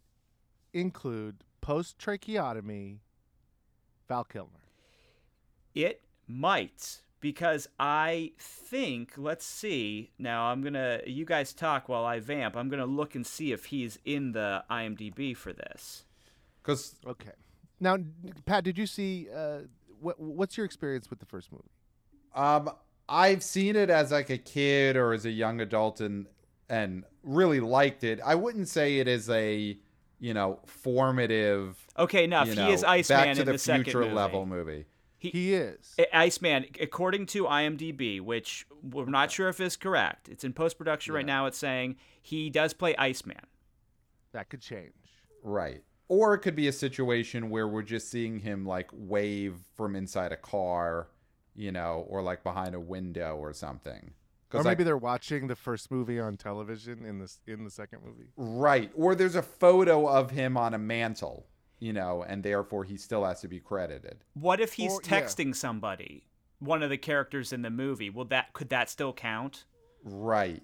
[SPEAKER 3] include post tracheotomy Val Kilmer?
[SPEAKER 1] It might because I think let's see. Now I'm gonna you guys talk while I vamp. I'm gonna look and see if he's in the IMDb for this.
[SPEAKER 2] Because
[SPEAKER 3] Okay. Now, n- Pat, did you see? Uh, what What's your experience with the first movie?
[SPEAKER 2] um, I've seen it as like a kid or as a young adult and and really liked it. I wouldn't say it is a you know formative.
[SPEAKER 1] Okay, enough.
[SPEAKER 2] you
[SPEAKER 1] He
[SPEAKER 2] know,
[SPEAKER 1] is Iceman
[SPEAKER 2] back to
[SPEAKER 1] in
[SPEAKER 2] the,
[SPEAKER 1] the, second
[SPEAKER 2] future
[SPEAKER 1] movie.
[SPEAKER 2] level movie.
[SPEAKER 1] He-
[SPEAKER 3] He is.
[SPEAKER 1] I- Iceman, according to IMDb, which we're not sure if is correct, it's in post production right
[SPEAKER 3] Yeah.
[SPEAKER 1] now. It's saying he does play Iceman.
[SPEAKER 3] that could change.
[SPEAKER 2] Right. Or it could be a situation where we're just seeing him like wave from inside a car, you know, or like behind a window or something.
[SPEAKER 3] Or
[SPEAKER 2] 'Cause, like,
[SPEAKER 3] maybe they're watching the first movie on television in this in the second movie.
[SPEAKER 2] right. Or there's a photo of him on a mantle, you know, and therefore he still has to be credited.
[SPEAKER 1] What if he's
[SPEAKER 3] Or- yeah.
[SPEAKER 1] texting somebody, one of the characters in the movie? Will that could that still count?
[SPEAKER 2] Right.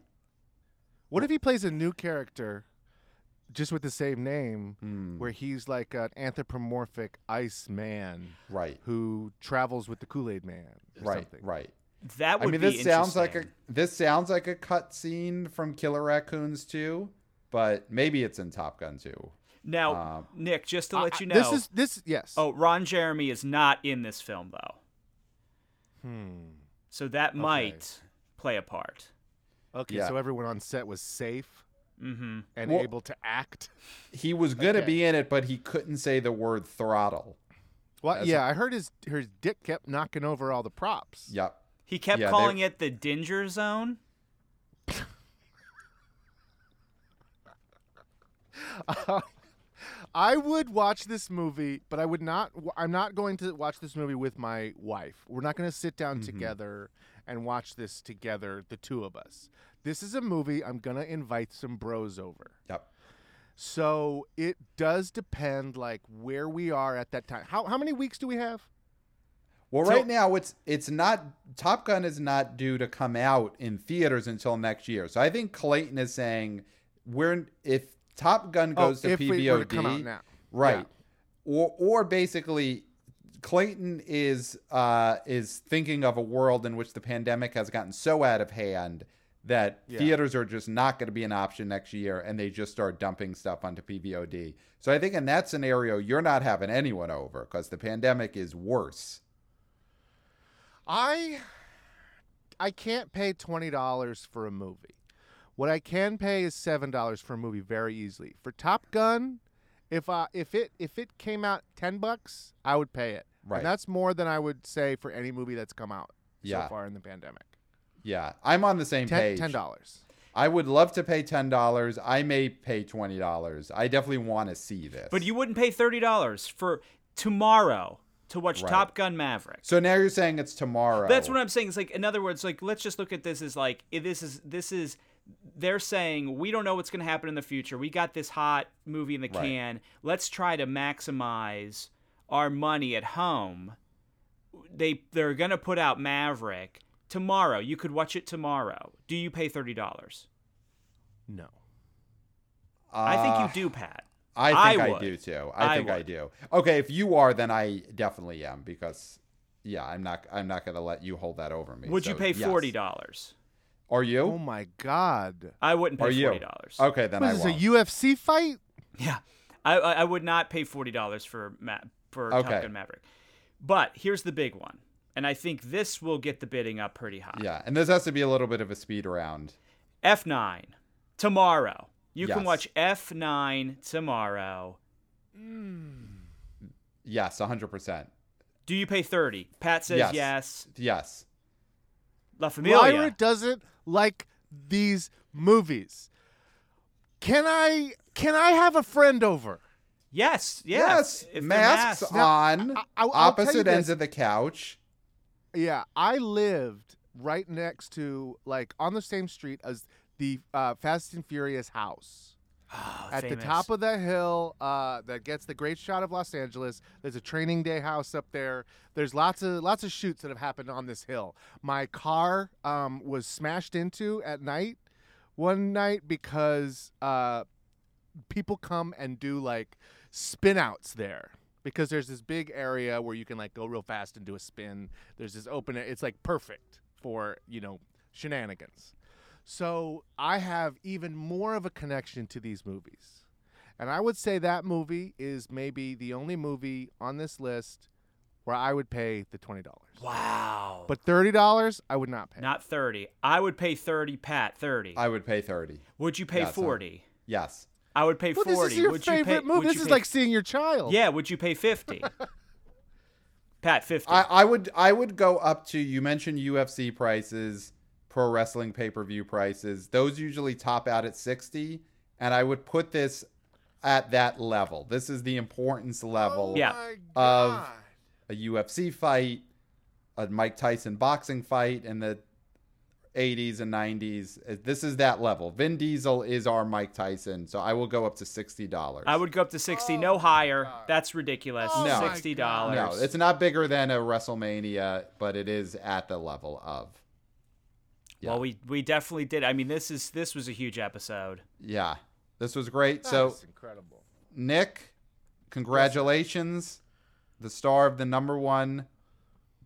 [SPEAKER 3] What if he plays a new character, just with the same name,
[SPEAKER 2] Hmm.
[SPEAKER 3] where he's like an anthropomorphic ice man
[SPEAKER 2] Right.
[SPEAKER 3] who travels with the Kool Aid Man? Or
[SPEAKER 2] Right.
[SPEAKER 3] Something.
[SPEAKER 2] Right.
[SPEAKER 1] That
[SPEAKER 2] I
[SPEAKER 1] would
[SPEAKER 2] mean,
[SPEAKER 1] be
[SPEAKER 2] this sounds like a
[SPEAKER 1] interesting.
[SPEAKER 2] this sounds like a cut scene from Killer Raccoons 2, but maybe it's in Top Gun 2.
[SPEAKER 1] now,
[SPEAKER 2] um,
[SPEAKER 1] Nick. Just to
[SPEAKER 3] I-
[SPEAKER 1] let
[SPEAKER 3] I-
[SPEAKER 1] you know,
[SPEAKER 3] This is this yes.
[SPEAKER 1] oh, Ron Jeremy is not in this film though,
[SPEAKER 3] Hmm.
[SPEAKER 1] so that might play a part.
[SPEAKER 3] Okay.
[SPEAKER 2] Yeah.
[SPEAKER 3] So everyone on set was safe
[SPEAKER 1] Mm-hmm.
[SPEAKER 3] and
[SPEAKER 2] Well-
[SPEAKER 3] able to act.
[SPEAKER 2] He was gonna
[SPEAKER 3] Okay.
[SPEAKER 2] be in it, but he couldn't say the word throttle.
[SPEAKER 3] Well,
[SPEAKER 2] That's
[SPEAKER 3] yeah, I heard his his dick kept knocking over all the props.
[SPEAKER 2] Yep.
[SPEAKER 1] He kept
[SPEAKER 2] Yeah, they-
[SPEAKER 1] calling it the Dinger Zone.
[SPEAKER 3] I would watch this movie, but I would not. I'm not going to watch this movie with my wife. We're not going to sit down together and watch this together, the two of us. This is a movie I'm going to invite some bros over.
[SPEAKER 2] Yep.
[SPEAKER 3] So it does depend, like where we are at that time. How how many weeks do we have?
[SPEAKER 2] Well,
[SPEAKER 1] So-
[SPEAKER 2] right now it's it's not Top Gun is not due to come out in theaters until next year. So I think Clayton is saying we're if Top Gun goes
[SPEAKER 3] oh,
[SPEAKER 2] to
[SPEAKER 3] if
[SPEAKER 2] PVOD,
[SPEAKER 3] we were to come out now,
[SPEAKER 2] right?
[SPEAKER 3] Yeah.
[SPEAKER 2] Or or basically, Clayton is uh, is thinking of a world in which the pandemic has gotten so out of hand that
[SPEAKER 3] Yeah.
[SPEAKER 2] theaters are just not going to be an option next year, and they just start dumping stuff onto PVOD. So I think in that scenario, you're not having anyone over because the pandemic is worse.
[SPEAKER 3] I I can't pay twenty dollars for a movie. What I can pay is seven dollars for a movie very easily. For Top Gun, if I if it if it came out ten bucks, I would pay it.
[SPEAKER 2] Right.
[SPEAKER 3] And that's more than I would say for any movie that's come out
[SPEAKER 2] Yeah.
[SPEAKER 3] so far in the pandemic.
[SPEAKER 2] Yeah, I'm on the same
[SPEAKER 3] Ten
[SPEAKER 2] page.
[SPEAKER 3] ten dollars.
[SPEAKER 2] I would love to pay ten dollars. I may pay twenty dollars. I definitely want to see this.
[SPEAKER 1] But you wouldn't pay thirty dollars for tomorrow to watch
[SPEAKER 2] Right.
[SPEAKER 1] Top Gun Maverick.
[SPEAKER 2] So now you're saying it's tomorrow.
[SPEAKER 1] That's what I'm saying. It's like, in other words, like let's just look at this as like i- this is this is they're saying we don't know what's going to happen in the future. We got this hot movie in the
[SPEAKER 2] Right.
[SPEAKER 1] can. Let's try to maximize our money at home. They they're going to put out Maverick tomorrow. You could watch it tomorrow. Do you pay thirty dollars?
[SPEAKER 3] No.
[SPEAKER 1] I
[SPEAKER 2] Uh,
[SPEAKER 1] think you do, Pat.
[SPEAKER 2] I think
[SPEAKER 1] I
[SPEAKER 2] I,
[SPEAKER 1] would.
[SPEAKER 2] do too. I,
[SPEAKER 1] I
[SPEAKER 2] think I
[SPEAKER 1] would.
[SPEAKER 2] do. Okay, if you are, then I definitely am because yeah, I'm not. I'm not gonna let you hold that over me.
[SPEAKER 1] Would you
[SPEAKER 2] So,
[SPEAKER 1] pay
[SPEAKER 2] yes.
[SPEAKER 1] forty dollars?
[SPEAKER 2] Are
[SPEAKER 3] Oh
[SPEAKER 2] you?
[SPEAKER 3] my God.
[SPEAKER 1] I wouldn't
[SPEAKER 2] Are
[SPEAKER 1] pay
[SPEAKER 2] you?
[SPEAKER 1] forty dollars.
[SPEAKER 2] Okay, then
[SPEAKER 3] What
[SPEAKER 2] I
[SPEAKER 3] is
[SPEAKER 2] won't.
[SPEAKER 3] this a UFC fight?
[SPEAKER 1] Yeah, I I I would not pay forty dollars for Ma- for
[SPEAKER 2] Okay.
[SPEAKER 1] Top Gun Maverick. But here's the big one, and I think this will get the bidding up pretty high.
[SPEAKER 2] yeah, and this has to be a little bit of a speed round.
[SPEAKER 1] F nine tomorrow. You
[SPEAKER 2] Yes.
[SPEAKER 1] can watch F nine tomorrow.
[SPEAKER 2] Yes, 100. percent
[SPEAKER 1] Do you pay thirty? Pat says
[SPEAKER 2] Yes.
[SPEAKER 1] yes.
[SPEAKER 2] Yes.
[SPEAKER 1] La Familia.
[SPEAKER 3] Lyra doesn't like these movies. Can I can I have a friend over?
[SPEAKER 1] yes, yes. If they're
[SPEAKER 2] Masks,
[SPEAKER 1] masked.
[SPEAKER 3] Now,
[SPEAKER 2] on.
[SPEAKER 3] I- I- I'll tell you
[SPEAKER 2] opposite
[SPEAKER 3] this.
[SPEAKER 2] ends of the couch.
[SPEAKER 3] Yeah, I lived right next to, like, on the same street as the uh, Fast and Furious house.
[SPEAKER 1] Oh,
[SPEAKER 3] At the
[SPEAKER 1] famous.
[SPEAKER 3] top of the hill uh, that gets the great shot of Los Angeles, there's a training day house up there. There's lots of lots of shoots that have happened on this hill. My car um, was smashed into at night one night because uh, people come and do like spin outs there because there's this big area where you can like go real fast and do a spin. There's this open. It's like perfect for you know shenanigans. So I have even more of a connection to these movies. And I would say that movie is maybe the only movie on this list where I would pay the $20.
[SPEAKER 1] Wow.
[SPEAKER 3] But $30 I would not pay.
[SPEAKER 1] Not 30. I would pay 30, Pat, 30.
[SPEAKER 2] I would pay thirty.
[SPEAKER 1] would you pay
[SPEAKER 2] Yeah, so-
[SPEAKER 1] 40?
[SPEAKER 2] Yes.
[SPEAKER 1] I would pay
[SPEAKER 3] well,
[SPEAKER 1] 40.
[SPEAKER 3] this is your
[SPEAKER 1] would you
[SPEAKER 3] favorite
[SPEAKER 1] pay,
[SPEAKER 3] movie.
[SPEAKER 1] would
[SPEAKER 3] This
[SPEAKER 1] you
[SPEAKER 3] is
[SPEAKER 1] pay-
[SPEAKER 3] like seeing your child.
[SPEAKER 1] Yeah, would you pay 50? Pat, 50.
[SPEAKER 2] I, I would I would go up to you mentioned UFC prices, pro wrestling pay per view prices. Those usually top out at sixty, and I would put this at that level. This is the importance
[SPEAKER 3] Oh
[SPEAKER 2] level.
[SPEAKER 1] Yeah.
[SPEAKER 2] Of- A UFC fight, a Mike Tyson boxing fight in the 80s and 90s. Uh, This is that level. Vin Diesel is our Mike Tyson, so I will go up to sixty dollars.
[SPEAKER 1] I would go up to 60,
[SPEAKER 3] Oh,
[SPEAKER 1] no
[SPEAKER 3] my
[SPEAKER 1] higher.
[SPEAKER 3] God.
[SPEAKER 1] That's ridiculous.
[SPEAKER 3] Oh,
[SPEAKER 2] No. my
[SPEAKER 1] $60.
[SPEAKER 3] God.
[SPEAKER 2] No, it's not bigger than a WrestleMania, but it is at the level of. yeah.
[SPEAKER 1] Well, we we definitely did. I mean, this is this was a huge episode.
[SPEAKER 2] Yeah. This was great. so
[SPEAKER 3] incredible.
[SPEAKER 2] Nick, congratulations. The star of the number one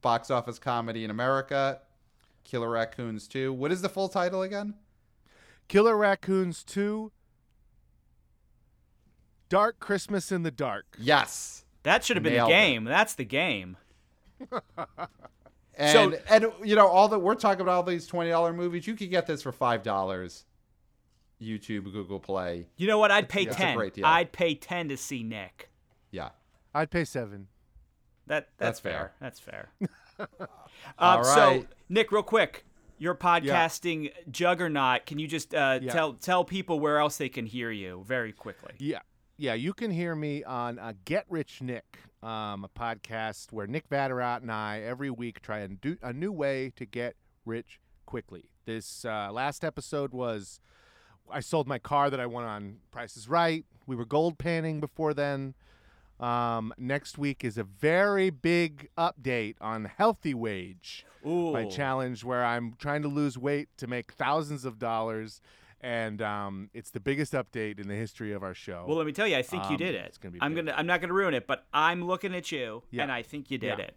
[SPEAKER 2] box office comedy in America, Killer Raccoons 2. What is the full title again?
[SPEAKER 3] Killer Raccoons 2 Dark Christmas in the Dark.
[SPEAKER 2] Yes.
[SPEAKER 1] That should have been
[SPEAKER 2] Nailed it.
[SPEAKER 1] the game. That's the game.
[SPEAKER 2] And and you know, all that we're talking about all these twenty dollar movies, you could get this for five dollars. YouTube, Google Play.
[SPEAKER 1] You know what? I'd pay
[SPEAKER 2] That's a
[SPEAKER 1] 10.
[SPEAKER 2] great deal.
[SPEAKER 1] I'd pay 10 to see Nick.
[SPEAKER 2] Yeah.
[SPEAKER 3] I'd pay 7.
[SPEAKER 1] That that's,
[SPEAKER 2] That's
[SPEAKER 1] fair.
[SPEAKER 2] fair.
[SPEAKER 1] That's fair. Uh,
[SPEAKER 2] All
[SPEAKER 1] So,
[SPEAKER 2] right.
[SPEAKER 1] Nick, real quick, your podcasting juggernaut. Can you just uh,
[SPEAKER 3] Yeah.
[SPEAKER 1] tell tell people where else they can hear you very quickly?
[SPEAKER 3] Yeah. Yeah, you can hear me on uh, Get Rich Nick, um, a podcast where Nick Vatterott and I every week try and do a new way to get rich quickly. This uh, last episode was I sold my car that I won on Price is Right. We were gold panning before then. Um, next week is a very big update on Healthy Wage
[SPEAKER 1] Ooh,
[SPEAKER 3] my challenge where I'm trying to lose weight to make thousands of dollars, and um, it's the biggest update in the history of our show.
[SPEAKER 1] Well, let me tell you, I think you
[SPEAKER 3] Um,
[SPEAKER 1] did it.
[SPEAKER 3] it's gonna be
[SPEAKER 1] I'm
[SPEAKER 3] big.
[SPEAKER 1] gonna. I'm not gonna ruin it, but I'm looking at you,
[SPEAKER 3] Yeah.
[SPEAKER 1] and I think you did
[SPEAKER 3] Yeah.
[SPEAKER 1] it.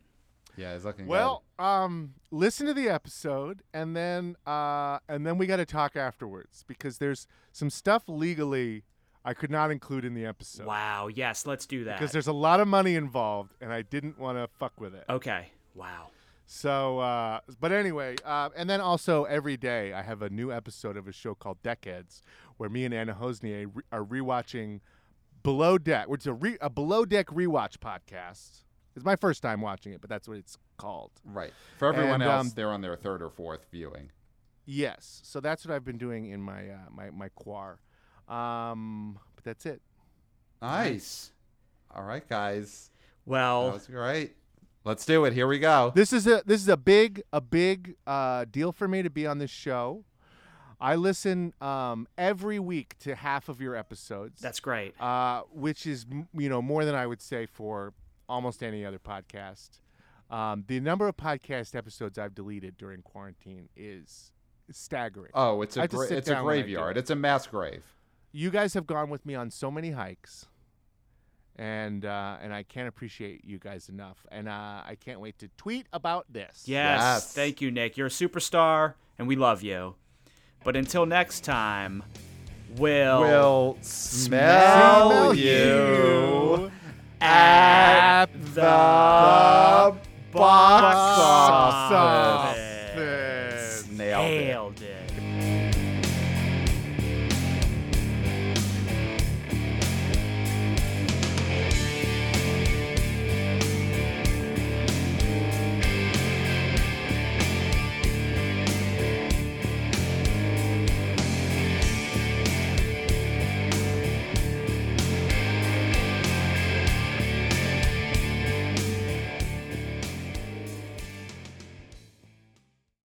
[SPEAKER 2] Yeah, it's looking
[SPEAKER 3] well, um, listen to the episode, and then uh, and then we got to talk afterwards because there's some stuff legally I could not include in the episode
[SPEAKER 1] Wow. Yes, let's do that.
[SPEAKER 3] because there's a lot of money involved, and I didn't want to fuck with it.
[SPEAKER 1] okay. Wow.
[SPEAKER 3] So, uh, but anyway, uh, and then also every day I have a new episode of a show called Deckheads, where me and Anna Hosnier re- are rewatching Below Deck, which is a, re- a Below Deck rewatch podcast. It's my first time watching it, but that's what it's called.
[SPEAKER 2] good. Right. For everyone
[SPEAKER 3] And,
[SPEAKER 2] else,
[SPEAKER 3] um,
[SPEAKER 2] they're on their third or fourth viewing.
[SPEAKER 3] Yes, so that's what I've been doing in my uh, my my choir. Um, but that's it.
[SPEAKER 2] Nice. All right, guys.
[SPEAKER 1] Well,
[SPEAKER 2] That was great. Let's do it. Here we go.
[SPEAKER 3] This is a this is a big a big uh, deal for me to be on this show. I listen um, every week to half of your episodes.
[SPEAKER 1] that's great.
[SPEAKER 3] uh, which is m- you know more than I would say for almost any other podcast. Um, the number of podcast episodes I've deleted during quarantine is staggering.
[SPEAKER 2] Oh, it's
[SPEAKER 3] I
[SPEAKER 2] a
[SPEAKER 3] have to
[SPEAKER 2] gra-
[SPEAKER 3] sit
[SPEAKER 2] it's a
[SPEAKER 3] down when I do
[SPEAKER 2] graveyard.
[SPEAKER 3] it.
[SPEAKER 2] It's a mass grave.
[SPEAKER 3] you guys have gone with me on so many hikes, and uh, and I can't appreciate you guys enough. And uh, I can't wait to tweet about this.
[SPEAKER 1] Yes,
[SPEAKER 2] Yes.
[SPEAKER 1] Thank you, Nick. You're a superstar, and we love you. But until next time, we'll,
[SPEAKER 2] Will smell
[SPEAKER 1] smell
[SPEAKER 2] you
[SPEAKER 1] at
[SPEAKER 2] at the